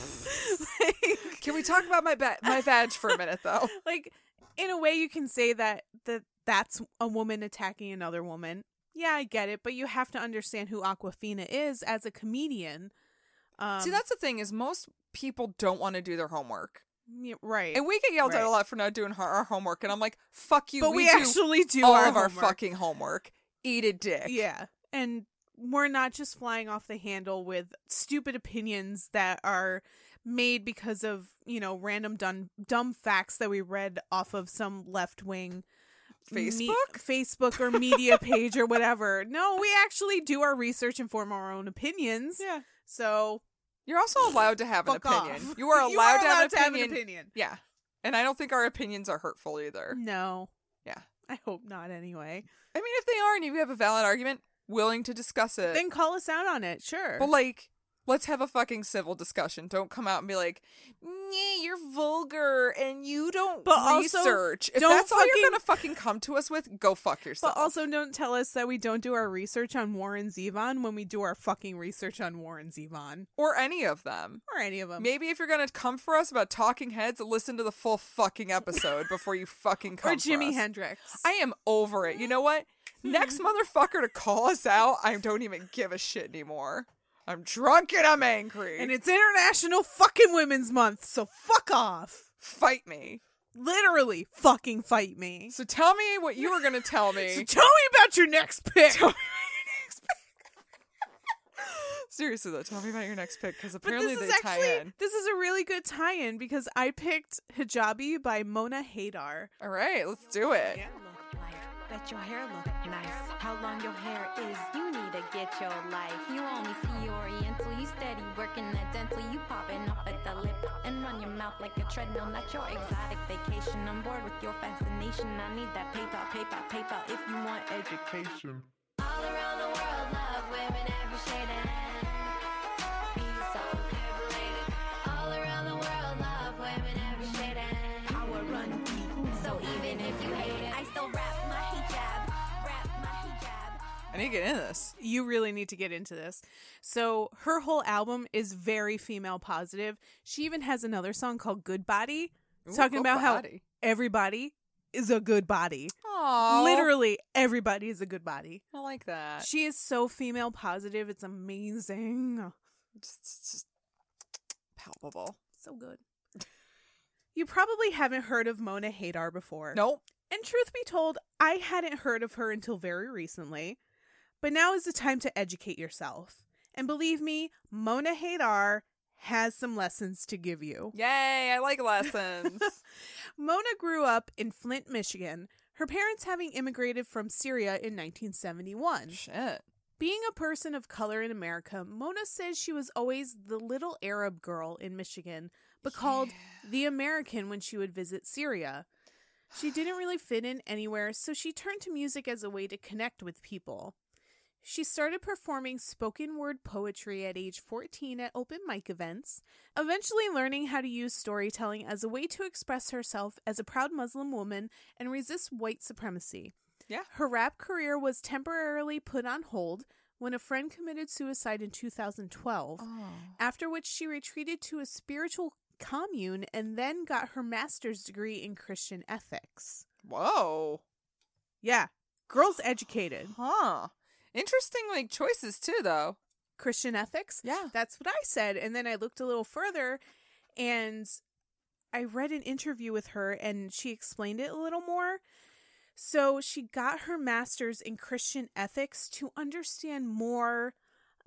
S3: like,
S4: Can we talk about my ba- my vag for a minute though?
S3: like in a way you can say that that that's a woman attacking another woman yeah i get it but you have to understand who aquafina is as a comedian um,
S4: See, that's the thing is most people don't want to do their homework.
S3: yeah, right
S4: And we get yelled at a
S3: Right.
S4: lot for not doing our, our homework and I'm like, fuck you.
S3: but we,
S4: do
S3: actually do
S4: all
S3: our
S4: of our
S3: homework.
S4: fucking homework. Eat a dick.
S3: yeah and we're not just flying off the handle with stupid opinions that are made because of you know random dumb dumb facts that we read off of some left wing me-
S4: Facebook?
S3: Facebook or media page or whatever. No, we actually do our research and form our own opinions.
S4: Yeah.
S3: So
S4: You're also allowed to have an
S3: fuck off.
S4: opinion. You are allowed, to, have
S3: allowed
S4: an opinion.
S3: opinion.
S4: Yeah. And I don't think our opinions are hurtful either.
S3: No,
S4: Yeah.
S3: I hope not. Anyway,
S4: I mean, if they are and you have a valid argument, willing to discuss it,
S3: then call us out on it. Sure.
S4: But like, let's have a fucking civil discussion. Don't come out and be like, "Yeah, you're vulgar and you don't
S3: But also,
S4: research." if
S3: don't
S4: that's all you're
S3: fucking-
S4: gonna fucking come to us with, go fuck
S3: but
S4: yourself.
S3: also, don't tell us that we don't do our research on Warren Zevon when we do our fucking research on Warren Zevon
S4: or any of them.
S3: or any of them.
S4: Maybe if you're gonna come for us about talking heads, listen to the full fucking episode before you fucking come.
S3: or
S4: for
S3: Jimi
S4: us.
S3: Hendrix.
S4: I am over it. You know what? Next motherfucker to call us out, I don't even give a shit anymore. I'm drunk and I'm angry.
S3: and it's International Fucking Women's Month, so fuck off.
S4: fight me.
S3: Literally, fucking fight me.
S4: So tell me what you were gonna tell
S3: So
S4: me.
S3: tell me about your next pick.
S4: Seriously though, tell me about your next pick because
S3: But
S4: apparently
S3: this
S4: they
S3: is actually
S4: tie in.
S3: this is a really good tie-in because I picked Hijabi by Mona Hadar.
S4: All right, let's do it.
S6: Look life. Bet your hair look nice. How long your hair is?
S7: You need to get your life.
S6: You only see Oriental. You steady working that dental. You popping up at the lip and run your mouth like a treadmill. Not your exotic vacation. I'm bored with your fascination. I need that paper, paper, paper. If you want
S2: Education.
S6: all around the world, love women every shade and be so liberated. All around the world, love women every shade and power run deep. So even if you hate it, I still wrap my hijab, wrap my hijab.
S4: I need to get into this.
S3: You really need to get into this. So her whole album is very female positive. She even has another song called Good Body
S4: Ooh,
S3: talking
S4: good
S3: about
S4: body.
S3: how everybody is a good body.
S4: Aww,
S3: Literally everybody is a good body.
S4: I like that.
S3: She is so female positive. It's amazing.
S4: Just, just- just palpable.
S3: So good. You probably haven't heard of Mona Hadar before.
S4: Nope.
S3: And truth be told, I hadn't heard of her until very recently. But now is the time to educate yourself. And believe me, Mona Hadar has some lessons to give you.
S4: Yay! I like lessons.
S3: Mona grew up in Flint, Michigan, her parents having immigrated from Syria in 1971.
S4: Shit.
S3: Being a person of color in America, Mona says she was always the little Arab girl in Michigan, but called the American when she would visit Syria. She didn't really fit in anywhere, so she turned to music as a way to connect with people. She started performing spoken word poetry at age 14 at open mic events, eventually learning how to use storytelling as a way to express herself as a proud Muslim woman and resist white supremacy.
S4: Yeah.
S3: Her rap career was temporarily put on hold when a friend committed suicide in 2012, after which she retreated to a spiritual commune and then got her master's degree in Christian ethics.
S4: Whoa.
S3: Yeah, girls educated.
S4: Huh. Interesting, like choices too, though.
S3: Christian ethics?
S4: Yeah.
S3: That's what I said. And then I looked a little further and I read an interview with her and she explained it a little more. So she got her master's in Christian ethics to understand more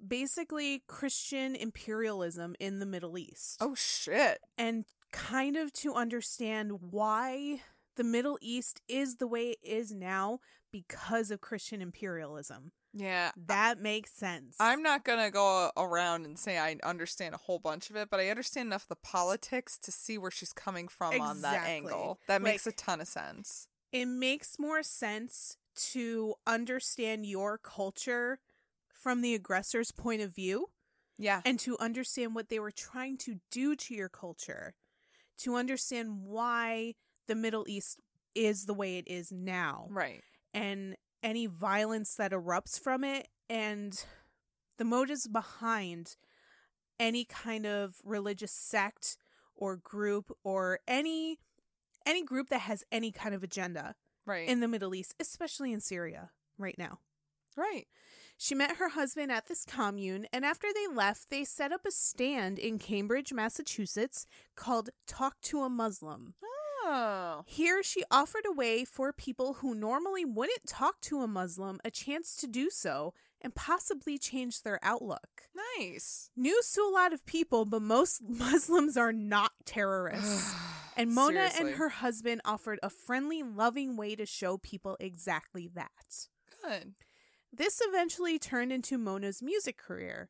S3: basically Christian imperialism in the Middle East
S4: Oh shit.
S3: and kind of to understand why the Middle East is the way it is now because of Christian imperialism.
S4: Yeah.
S3: That makes sense.
S4: I'm not gonna go around and say I understand a whole bunch of it, but I understand enough of the politics to see where she's coming from on that
S3: Exactly.
S4: angle. That makes a
S3: Like-
S4: ton of sense.
S3: it makes more sense to understand your culture from the aggressor's point of view
S4: Yeah.
S3: and to understand what they were trying to do to your culture. to understand why the Middle East is the way it is now
S4: Right.
S3: and any violence that erupts from it and the motives behind any kind of religious sect or group or any any group that has any kind of agenda
S4: Right.
S3: in the Middle East, especially in Syria right now.
S4: right.
S3: She met her husband at this commune, and after they left, they set up a stand in Cambridge, Massachusetts called Talk to a Muslim.
S4: Oh.
S3: Here, she offered a way for people who normally wouldn't talk to a Muslim a chance to do so and possibly change their outlook.
S4: Nice.
S3: News to a lot of people, but most Muslims are not terrorists. And Mona
S4: Seriously.
S3: and her husband offered a friendly, loving way to show people exactly that.
S4: Good.
S3: This eventually turned into Mona's music career.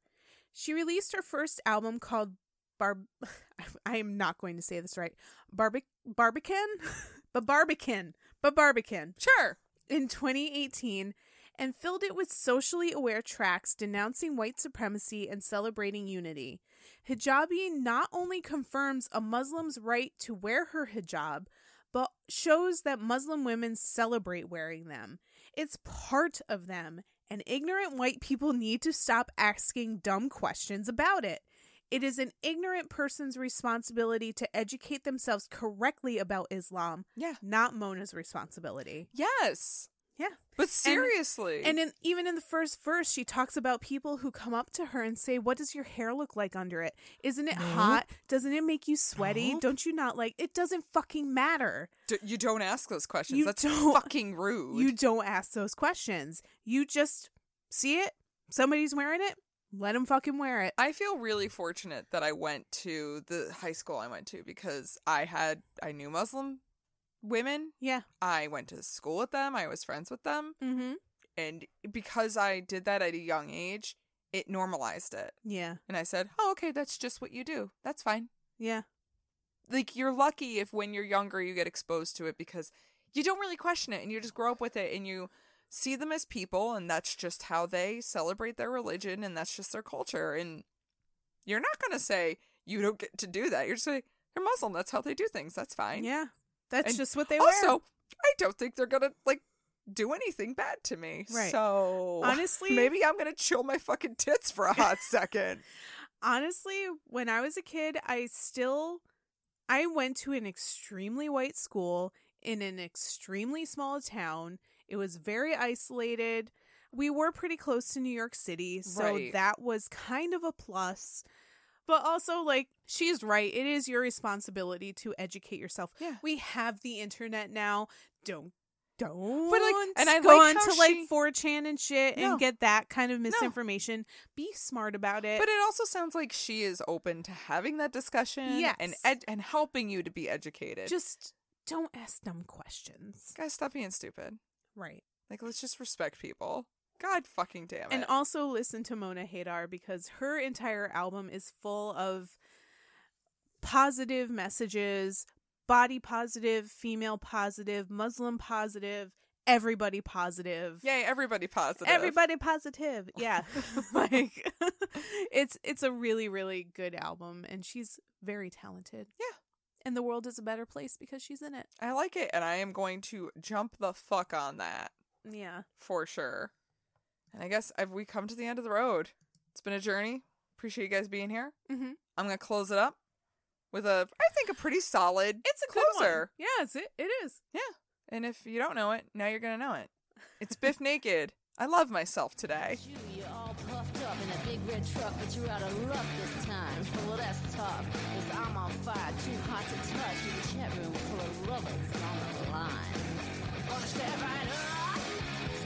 S3: She released her first album called Barb. I am not going to say this right. Barbic Barbican, but Barbican, but Barbican
S4: Sure.
S3: in 2018, and filled it with socially aware tracks denouncing white supremacy and celebrating unity. Hijabi not only confirms a Muslim's right to wear her hijab, but shows that Muslim women celebrate wearing them. It's part of them, and ignorant white people need to stop asking dumb questions about it. It is an ignorant person's responsibility to educate themselves correctly about Islam,
S4: Yeah.
S3: not Mona's responsibility.
S4: Yes.
S3: Yeah.
S4: But seriously.
S3: And in, even in the first verse, she talks about people who come up to her and say, What does your hair look like under it? Isn't it hot? Doesn't it make you sweaty?
S4: Nope.
S3: Don't you not like it? Doesn't fucking matter.
S4: D- you don't ask those questions.
S3: You
S4: That's
S3: don't-
S4: fucking rude.
S3: You don't ask those questions. You just see it. Somebody's wearing it. Let them fucking wear it.
S4: I feel really fortunate that I went to the high school I went to because I had I knew Muslim women.
S3: Yeah.
S4: I went to school with them. I was friends with them,
S3: Mm hmm.
S4: and because I did that at a young age, it normalized it.
S3: Yeah.
S4: And I said, "Oh, okay, that's just what you do. That's fine."
S3: Yeah.
S4: Like you're lucky if when you're younger you get exposed to it because you don't really question it and you just grow up with it and you see them as people and that's just how they celebrate their religion and that's just their culture and you're not going to say you don't get to do that. You're just saying they're Muslim. That's how they do things. That's fine.
S3: Yeah. That's
S4: And
S3: just what they
S4: also,
S3: wear.
S4: I don't think they're gonna like do anything bad to me.
S3: Right.
S4: So
S3: Honestly-
S4: maybe I'm gonna chill my fucking tits for a hot second.
S3: honestly, when I was a kid, I still I went to an extremely white school in an extremely small town. It was very isolated. We were pretty close to New York City, so
S4: Right.
S3: that was kind of a plus. But also like she's right, it is your responsibility to educate yourself.
S4: Yeah.
S3: We have the internet now. Don't don't
S4: like- and I
S3: go on
S4: like how
S3: to like
S4: she-
S3: 4chan and shit
S4: No.
S3: and get that kind of misinformation. Be smart about it.
S4: But it also sounds like she is open to having that discussion and
S3: Yes.
S4: ed- and helping you to be educated.
S3: Just don't ask dumb questions.
S4: guys, stop being stupid.
S3: Right.
S4: Like, let's just respect people. God fucking damn it.
S3: And also listen to Mona Hadar because her entire album is full of positive messages, body positive, female positive, Muslim positive, everybody positive.
S4: Yay, everybody positive.
S3: Everybody positive. Yeah. like it's it's a really really good album and she's very talented.
S4: Yeah.
S3: And the world is a better place because she's in it.
S4: I like it, and I am going to jump the fuck on that.
S3: Yeah.
S4: for sure. And I guess I've, we come to the end of the road. It's been a journey. Appreciate you guys being here.
S3: Mhm.
S4: I'm gonna close it up with a, I think, a pretty solid.
S3: It's a closer.
S4: closer.
S3: Yes, it, it is.
S4: Yeah. And if you don't know it, now you're gonna know it. It's Biff naked. I love myself today.
S6: You, you're all puffed up in a big red truck, but you're out of luck this time. Well, that's tough, cause I'm on fire, too hot to touch with a chat room full of lovers on the line. Gonna step right up,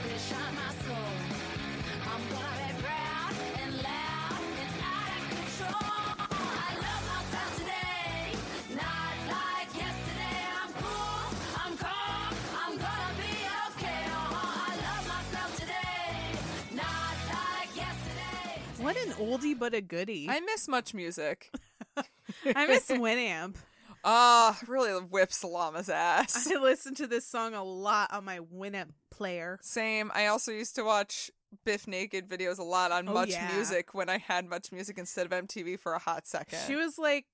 S6: smash on my soul. I'm gonna be proud and loud and out of control. I love myself today, not like yesterday. I'm cool, I'm calm, I'm gonna be okay. Oh, I love myself today, not like yesterday.
S3: What an oldie but a goodie.
S4: I miss much music.
S3: I miss Winamp.
S4: Ah, really whips Llama's ass.
S3: I listen to this song a lot on my Winamp player.
S4: Same. I also used to watch Biff naked videos a lot on
S3: Oh,
S4: Much
S3: yeah.
S4: Music when I had Much Music instead of MTV for a hot second.
S3: She was like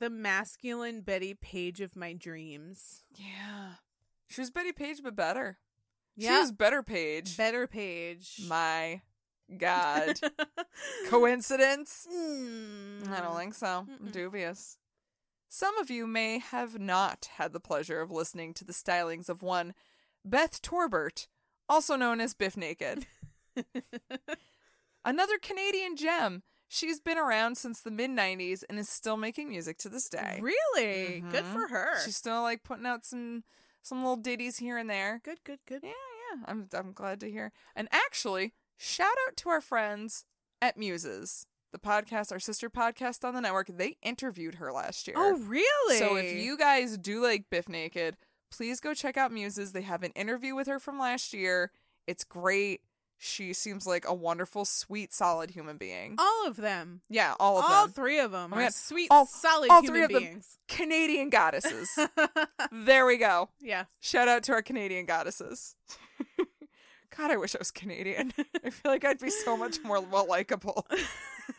S3: the masculine Betty Page of my dreams.
S4: Yeah. She was Betty Page, but better. She
S3: Yeah.
S4: was better Page.
S3: Better Page.
S4: My God. Coincidence?
S3: Mm.
S4: I don't think so.
S3: Mm-mm.
S4: Dubious. Some of you may have not had the pleasure of listening to the stylings of one Beth Torbert, also known as Biff Naked. Another Canadian gem. She's been around since the mid 90s and is still making music to this day.
S3: Really? Good
S4: Mhm.
S3: for her.
S4: She's still like putting out some some little ditties here and there.
S3: good, good, good.
S4: Yeah, yeah. I'm I'm glad to hear. And actually, shout out to our friends at Muses, the podcast, our sister podcast on the network. They interviewed her last year.
S3: Oh, really?
S4: So if you guys do like Biff Naked, please go check out Muses. They have an interview with her from last year. It's great. She seems like a wonderful, sweet, solid human being.
S3: all of them,
S4: yeah, all
S3: all,
S4: of them.
S3: three of them
S4: Oh my
S3: are
S4: God.
S3: sweet,
S4: All-
S3: solid
S4: all
S3: human
S4: three of them.
S3: beings.
S4: Canadian goddesses. there we go.
S3: yeah.
S4: Shout out to our Canadian goddesses. God, I wish I was Canadian. I feel like I'd be so much more well likable.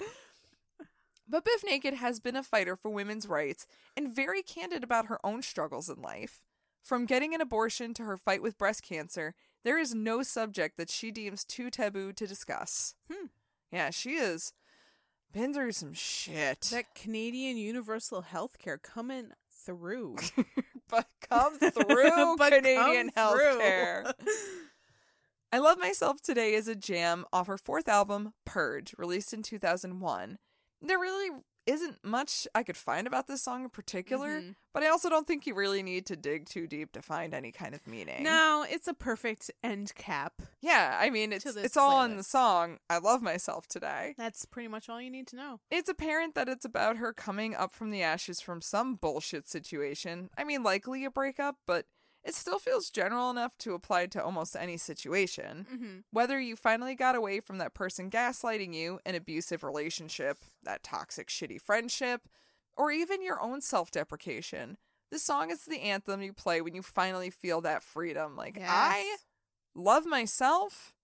S4: but Biff Naked has been a fighter for women's rights and very candid about her own struggles in life. From getting an abortion to her fight with breast cancer, there is no subject that she deems too taboo to discuss.
S3: Hmm.
S4: Yeah, she is been through some shit.
S3: That Canadian universal health care coming through.
S4: but come through
S3: But come
S4: Canadian
S3: through.
S4: healthcare. I Love Myself Today is a jam off her fourth album, Purge, released in 2001. There really isn't much I could find about this song in particular,
S3: Mhm.
S4: but I also don't think you really need to dig too deep to find any kind of meaning.
S3: No, it's a perfect end cap.
S4: Yeah, I mean, it's,
S3: this
S4: it's all in the
S3: playlist.
S4: song, I Love Myself Today.
S3: That's pretty much all you need to know.
S4: It's apparent that it's about her coming up from the ashes from some bullshit situation. I mean, likely a breakup, but it still feels general enough to apply to almost any situation.
S3: Mm-hmm.
S4: Whether you finally got away from that person gaslighting you, an abusive relationship, that toxic, shitty friendship, or even your own self deprecation, this song is the anthem you play when you finally feel that freedom. Like, I love myself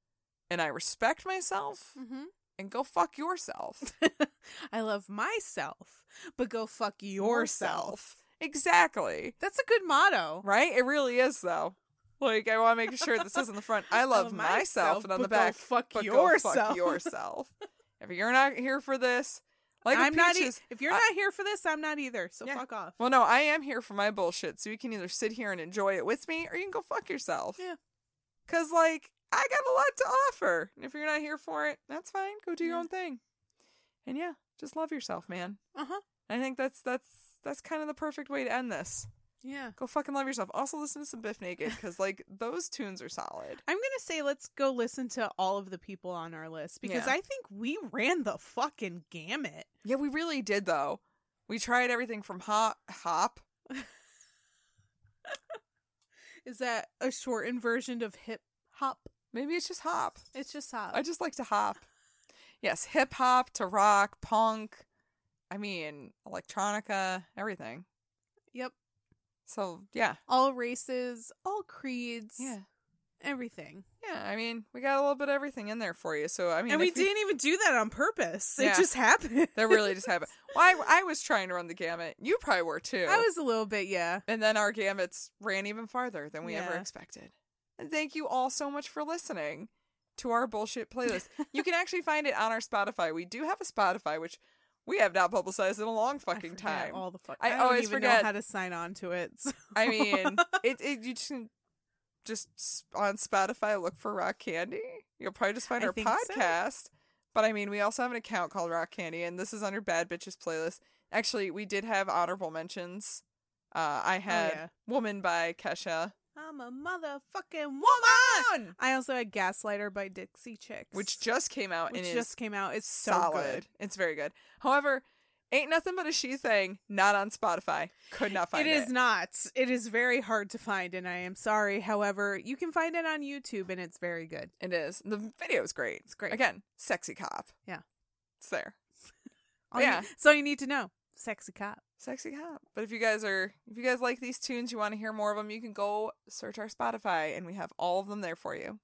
S4: and I respect myself,
S3: Mm-hmm.
S4: and go fuck yourself.
S3: I love myself, but go fuck yourself.
S4: Exactly.
S3: That's a good motto.
S4: Right? It really is though. Like I want to make sure this is in the front. I love,
S3: love
S4: myself,
S3: myself,
S4: and on the
S3: but go
S4: back.
S3: fuck
S4: but Go
S3: yourself.
S4: fuck yourself. if you're not here for this, like a
S3: I'm not. E-
S4: peaches.
S3: if you're
S4: I-
S3: not here for this, I'm not either. So
S4: Yeah.
S3: fuck off.
S4: well, no, I am here for my bullshit. So you can either sit here and enjoy it with me, or you can go fuck yourself.
S3: Yeah.
S4: Cause like I got a lot to offer, and if you're not here for it, that's fine. Go do your
S3: Yeah.
S4: own thing. And yeah, just love yourself, man.
S3: Uh huh.
S4: I think that's that's that's kind of the perfect way to end this.
S3: Yeah.
S4: Go fucking love yourself. Also listen to some Biff Naked because like those tunes are solid.
S3: I'm gonna say let's go listen to all of the people on our list because
S4: Yeah.
S3: I think we ran the fucking gamut.
S4: Yeah, we really did though. We tried everything from hop hop.
S3: Is that a shortened version of hip hop?
S4: Maybe it's just hop.
S3: It's just hop.
S4: I just like to hop. Yes, hip hop to rock, punk. I mean, electronica, everything.
S3: yep.
S4: So yeah,
S3: All races, all creeds,
S4: yeah,
S3: everything.
S4: yeah. I mean, we got a little bit of everything in there for you. So I mean,
S3: and we
S4: if you-
S3: didn't even do that on purpose.
S4: Yeah.
S3: It just happened.
S4: That really just happened. Why? I, I was trying to run the gamut. You probably were too.
S3: I was a little bit, yeah.
S4: And then our gamuts ran even farther than we ever
S3: Yeah.
S4: expected. And thank you all so much for listening to our bullshit playlist. you can actually find it on our Spotify. We do have a Spotify, which we have not publicized in a long
S3: I
S4: fucking
S3: forget
S4: time.
S3: All the fuck.
S4: I
S3: don't
S4: always
S3: even
S4: forget.
S3: know how to sign on to it. so-
S4: I mean, it, it you just can just s- on Spotify look for Rock Candy. You'll probably just find
S3: I
S4: our
S3: think so.
S4: podcast. But I mean, we also have an account called Rock Candy, and this is under Bad Bitches playlist. Actually, we did have honorable mentions. Uh, I had
S3: Oh, yeah.
S4: Woman by Kesha.
S3: I'm a motherfucking woman. I also had Gaslighter by Dixie Chicks,
S4: which just came out
S3: which
S4: and
S3: just
S4: is
S3: came out. It's so
S4: solid. It's very good. However, ain't nothing but a she thing. Not on Spotify. Could not
S3: good.
S4: find
S3: It
S4: it.
S3: is not. It is very hard to find, and I am sorry. However, you can find it on YouTube, and it's very good.
S4: It is. The video is great. It's
S3: great.
S4: Again, sexy cop.
S3: Yeah.
S4: it's there.
S3: All you-
S4: Yeah.
S3: that's all you need to know. Sexy cop.
S4: Sexy cop. But if you guys are, if you guys like these tunes, you want to hear more of them, you can go search our Spotify, and we have all of them there for you,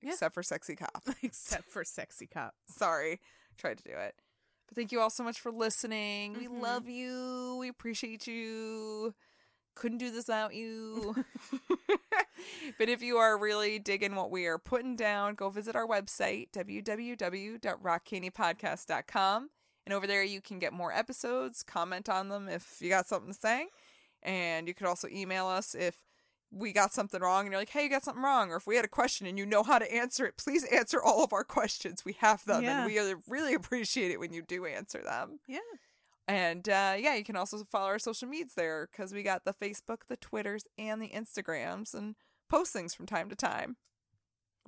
S3: Yeah.
S4: except for sexy cop.
S3: Except for sexy cop.
S4: Sorry, tried to do it. But thank you all so much for listening.
S3: Mm-hmm.
S4: We love you. We appreciate you. Couldn't do this without you. but if you are really digging what we are putting down, go visit our website, www.rockcandypodcast.com. And over there, you can get more episodes, comment on them if you got something to say. And you could also email us if we got something wrong and you're like, hey, you got something wrong. Or if we had a question and you know how to answer it, please answer all of our questions. We have them
S3: Yeah.
S4: and we are- really appreciate it when you do answer them.
S3: Yeah.
S4: And uh, yeah, you can also follow our social medias there because we got the Facebook, the Twitters, and the Instagrams and post things from time to time.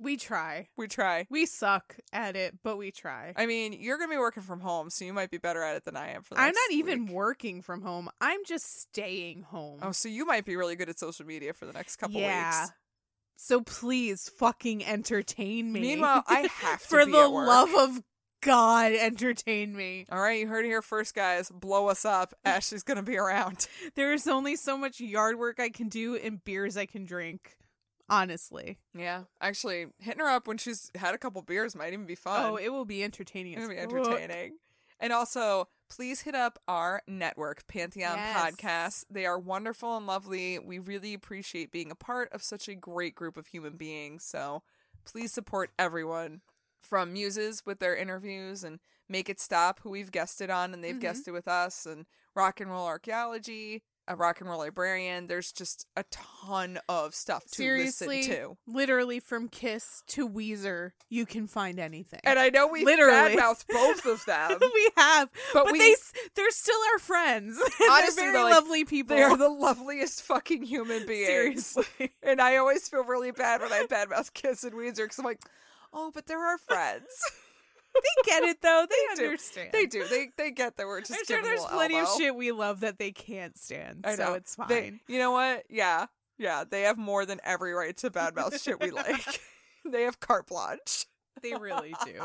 S3: We try.
S4: We try.
S3: We suck at it, but we try.
S4: I mean, you're going to be working from home, so you might be better at it than I am for the
S3: I'm
S4: next
S3: not even
S4: week.
S3: working from home. I'm just staying home.
S4: Oh, so you might be really good at social media for the next couple weeks.
S3: So please fucking entertain me.
S4: Meanwhile, I have to
S3: For
S4: be
S3: the
S4: at work.
S3: love of God, entertain me.
S4: All right, you heard it here first, guys. Blow us up. Ashley's going to be around.
S3: There is only so much yard work I can do and beers I can drink. Honestly.
S4: Yeah. Actually, hitting her up when she's had a couple beers might even be fun.
S3: Oh, it will be entertaining.
S4: It'll
S3: as
S4: be
S3: fuck.
S4: entertaining. And also, please hit up our network, Pantheon
S3: Yes.
S4: Podcasts. They are wonderful and lovely. We really appreciate being a part of such a great group of human beings. So please support everyone from Muses with their interviews and Make It Stop, who we've guested on and they've
S3: Mm-hmm.
S4: guested with us, and Rock and Roll Archaeology, a Rock and Roll Librarian. There's just a ton of stuff to
S3: Seriously,
S4: listen to.
S3: literally from Kiss to Weezer, you can find anything.
S4: And I know we
S3: Literally.
S4: badmouthed both of them.
S3: we have,
S4: But
S3: but,
S4: we-
S3: they s- they're still our friends.
S4: Honestly,
S3: they're very
S4: though, like,
S3: lovely people.
S4: They are the loveliest fucking human beings.
S3: Seriously.
S4: And I always feel really bad when I badmouth Kiss and Weezer because I'm like, oh, but they're our friends.
S3: they get it though. They,
S4: do.
S3: understand.
S4: they do. They they get that we're just.
S3: I'm sure
S4: giving a
S3: there's
S4: little
S3: plenty
S4: elbow.
S3: of shit we love that they can't stand,
S4: I
S3: so
S4: know.
S3: it's fine.
S4: They- you know what? Yeah, yeah. They have more than every right to badmouth shit we like. they have carte blanche.
S3: They really do.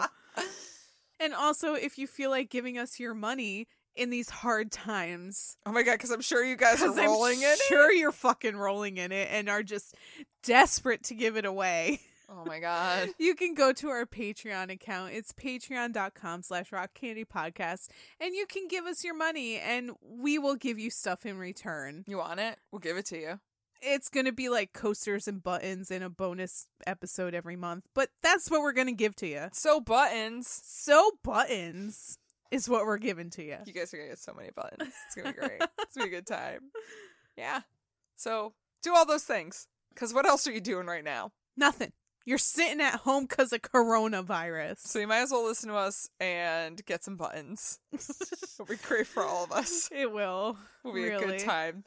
S3: and also, if you feel like giving us your money in these hard times,
S4: Oh my god! Because I'm sure you guys are
S3: because I'm
S4: rolling in. it.
S3: sure you're fucking rolling in it and are just desperate to give it away.
S4: Oh my god!
S3: You can go to our Patreon account. It's patreon.com slash rock candy podcast. And you can give us your money and we will give you stuff in return.
S4: You want it? We'll give it to you.
S3: It's going to be like coasters and buttons and a bonus episode every month. But that's what we're going to give to you.
S4: So buttons.
S3: So buttons is what we're giving to you.
S4: You guys are gonna get so many buttons. It's gonna be great. it's gonna be a good time. Yeah. So do all those things. Cause what else are you doing right now?
S3: Nothing. You're sitting at home because of coronavirus.
S4: So you might as well listen to us and get some buttons. It'll be great for all of us.
S3: It will.
S4: It'll be a
S3: really.
S4: good time.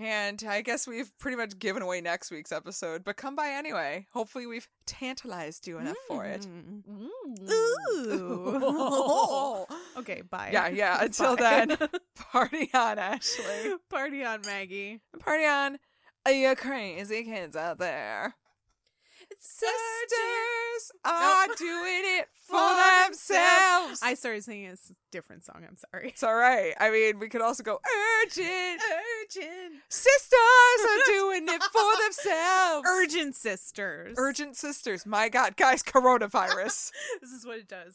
S4: And I guess we've pretty much given away next week's episode, but come by anyway. Hopefully we've tantalized you enough for it.
S3: Mm.
S4: Mm.
S3: Ooh. okay, bye.
S4: Yeah, yeah. Until
S3: Bye.
S4: then, party on, Ashley.
S3: Party on, Maggie.
S4: Party on, you crazy kids out there. sisters are doing it for themselves.
S3: I started singing a s- different song. I'm sorry.
S4: it's all right. I mean, we could also go urgent.
S3: Urgent.
S4: Sisters are doing it for themselves.
S3: Urgent sisters.
S4: Urgent sisters. My God, guys, coronavirus.
S3: This is what it does.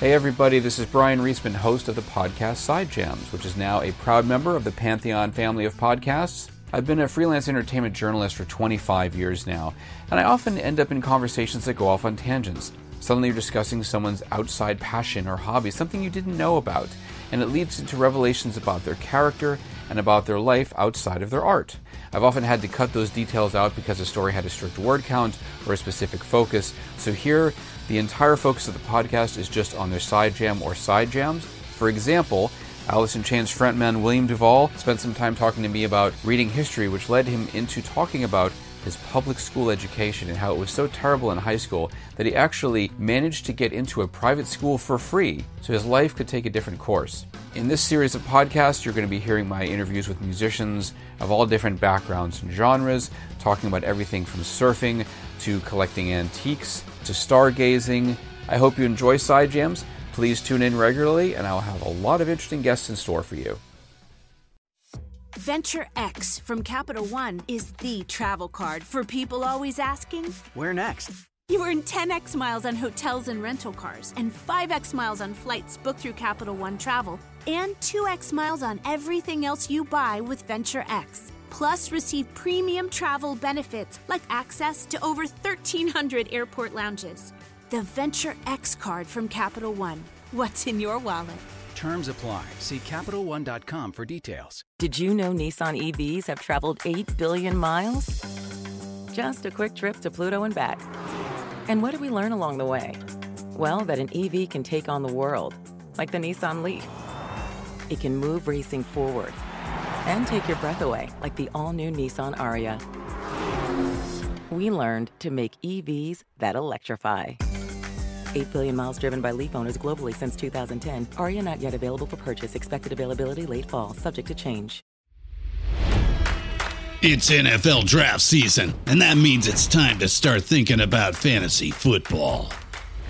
S8: Hey everybody, this is Brian Reisman, host of the podcast Side Jams, which is now a proud member of the Pantheon family of podcasts. I've been a freelance entertainment journalist for 25 years now, and I often end up in conversations that go off on tangents. Suddenly you're discussing someone's outside passion or hobby, something you didn't know about, and it leads into revelations about their character and about their life outside of their art. I've often had to cut those details out because a story had a strict word count or a specific focus, so here the entire focus of the podcast is just on their side jam or side jams. For example, Allison Chain's frontman William Duvall spent some time talking to me about reading history, which led him into talking about his public school education and how it was so terrible in high school that he actually managed to get into a private school for free so his life could take a different course. In this series of podcasts, you're going to be hearing my interviews with musicians of all different backgrounds and genres, talking about everything from surfing to collecting antiques to stargazing. I hope you enjoy Side Jams. Please tune in regularly, and I'll have a lot of interesting guests in store for you.
S9: Venture X from Capital One is the travel card for people always asking,
S10: Where next?
S9: You earn 10x miles on hotels and rental cars, and 5x miles on flights booked through Capital One Travel, and 2x miles on everything else you buy with Venture X. Plus, receive premium travel benefits like access to over 1,300 airport lounges. The Venture X card from Capital One. What's in your wallet?
S10: Terms apply. See CapitalOne.com for details.
S1: Did you know Nissan EVs have traveled 8 billion miles? Just a quick trip to Pluto and back. And what did we learn along the way? Well, that an EV can take on the world, like the Nissan Leaf. It can move racing forward and take your breath away, like the all new Nissan Aria. We learned to make EVs that electrify. 8 billion miles driven by Leaf owners globally since 2010. Aria not yet available for purchase. Expected availability late fall, subject to change.
S11: It's NFL draft season, and that means it's time to start thinking about fantasy football.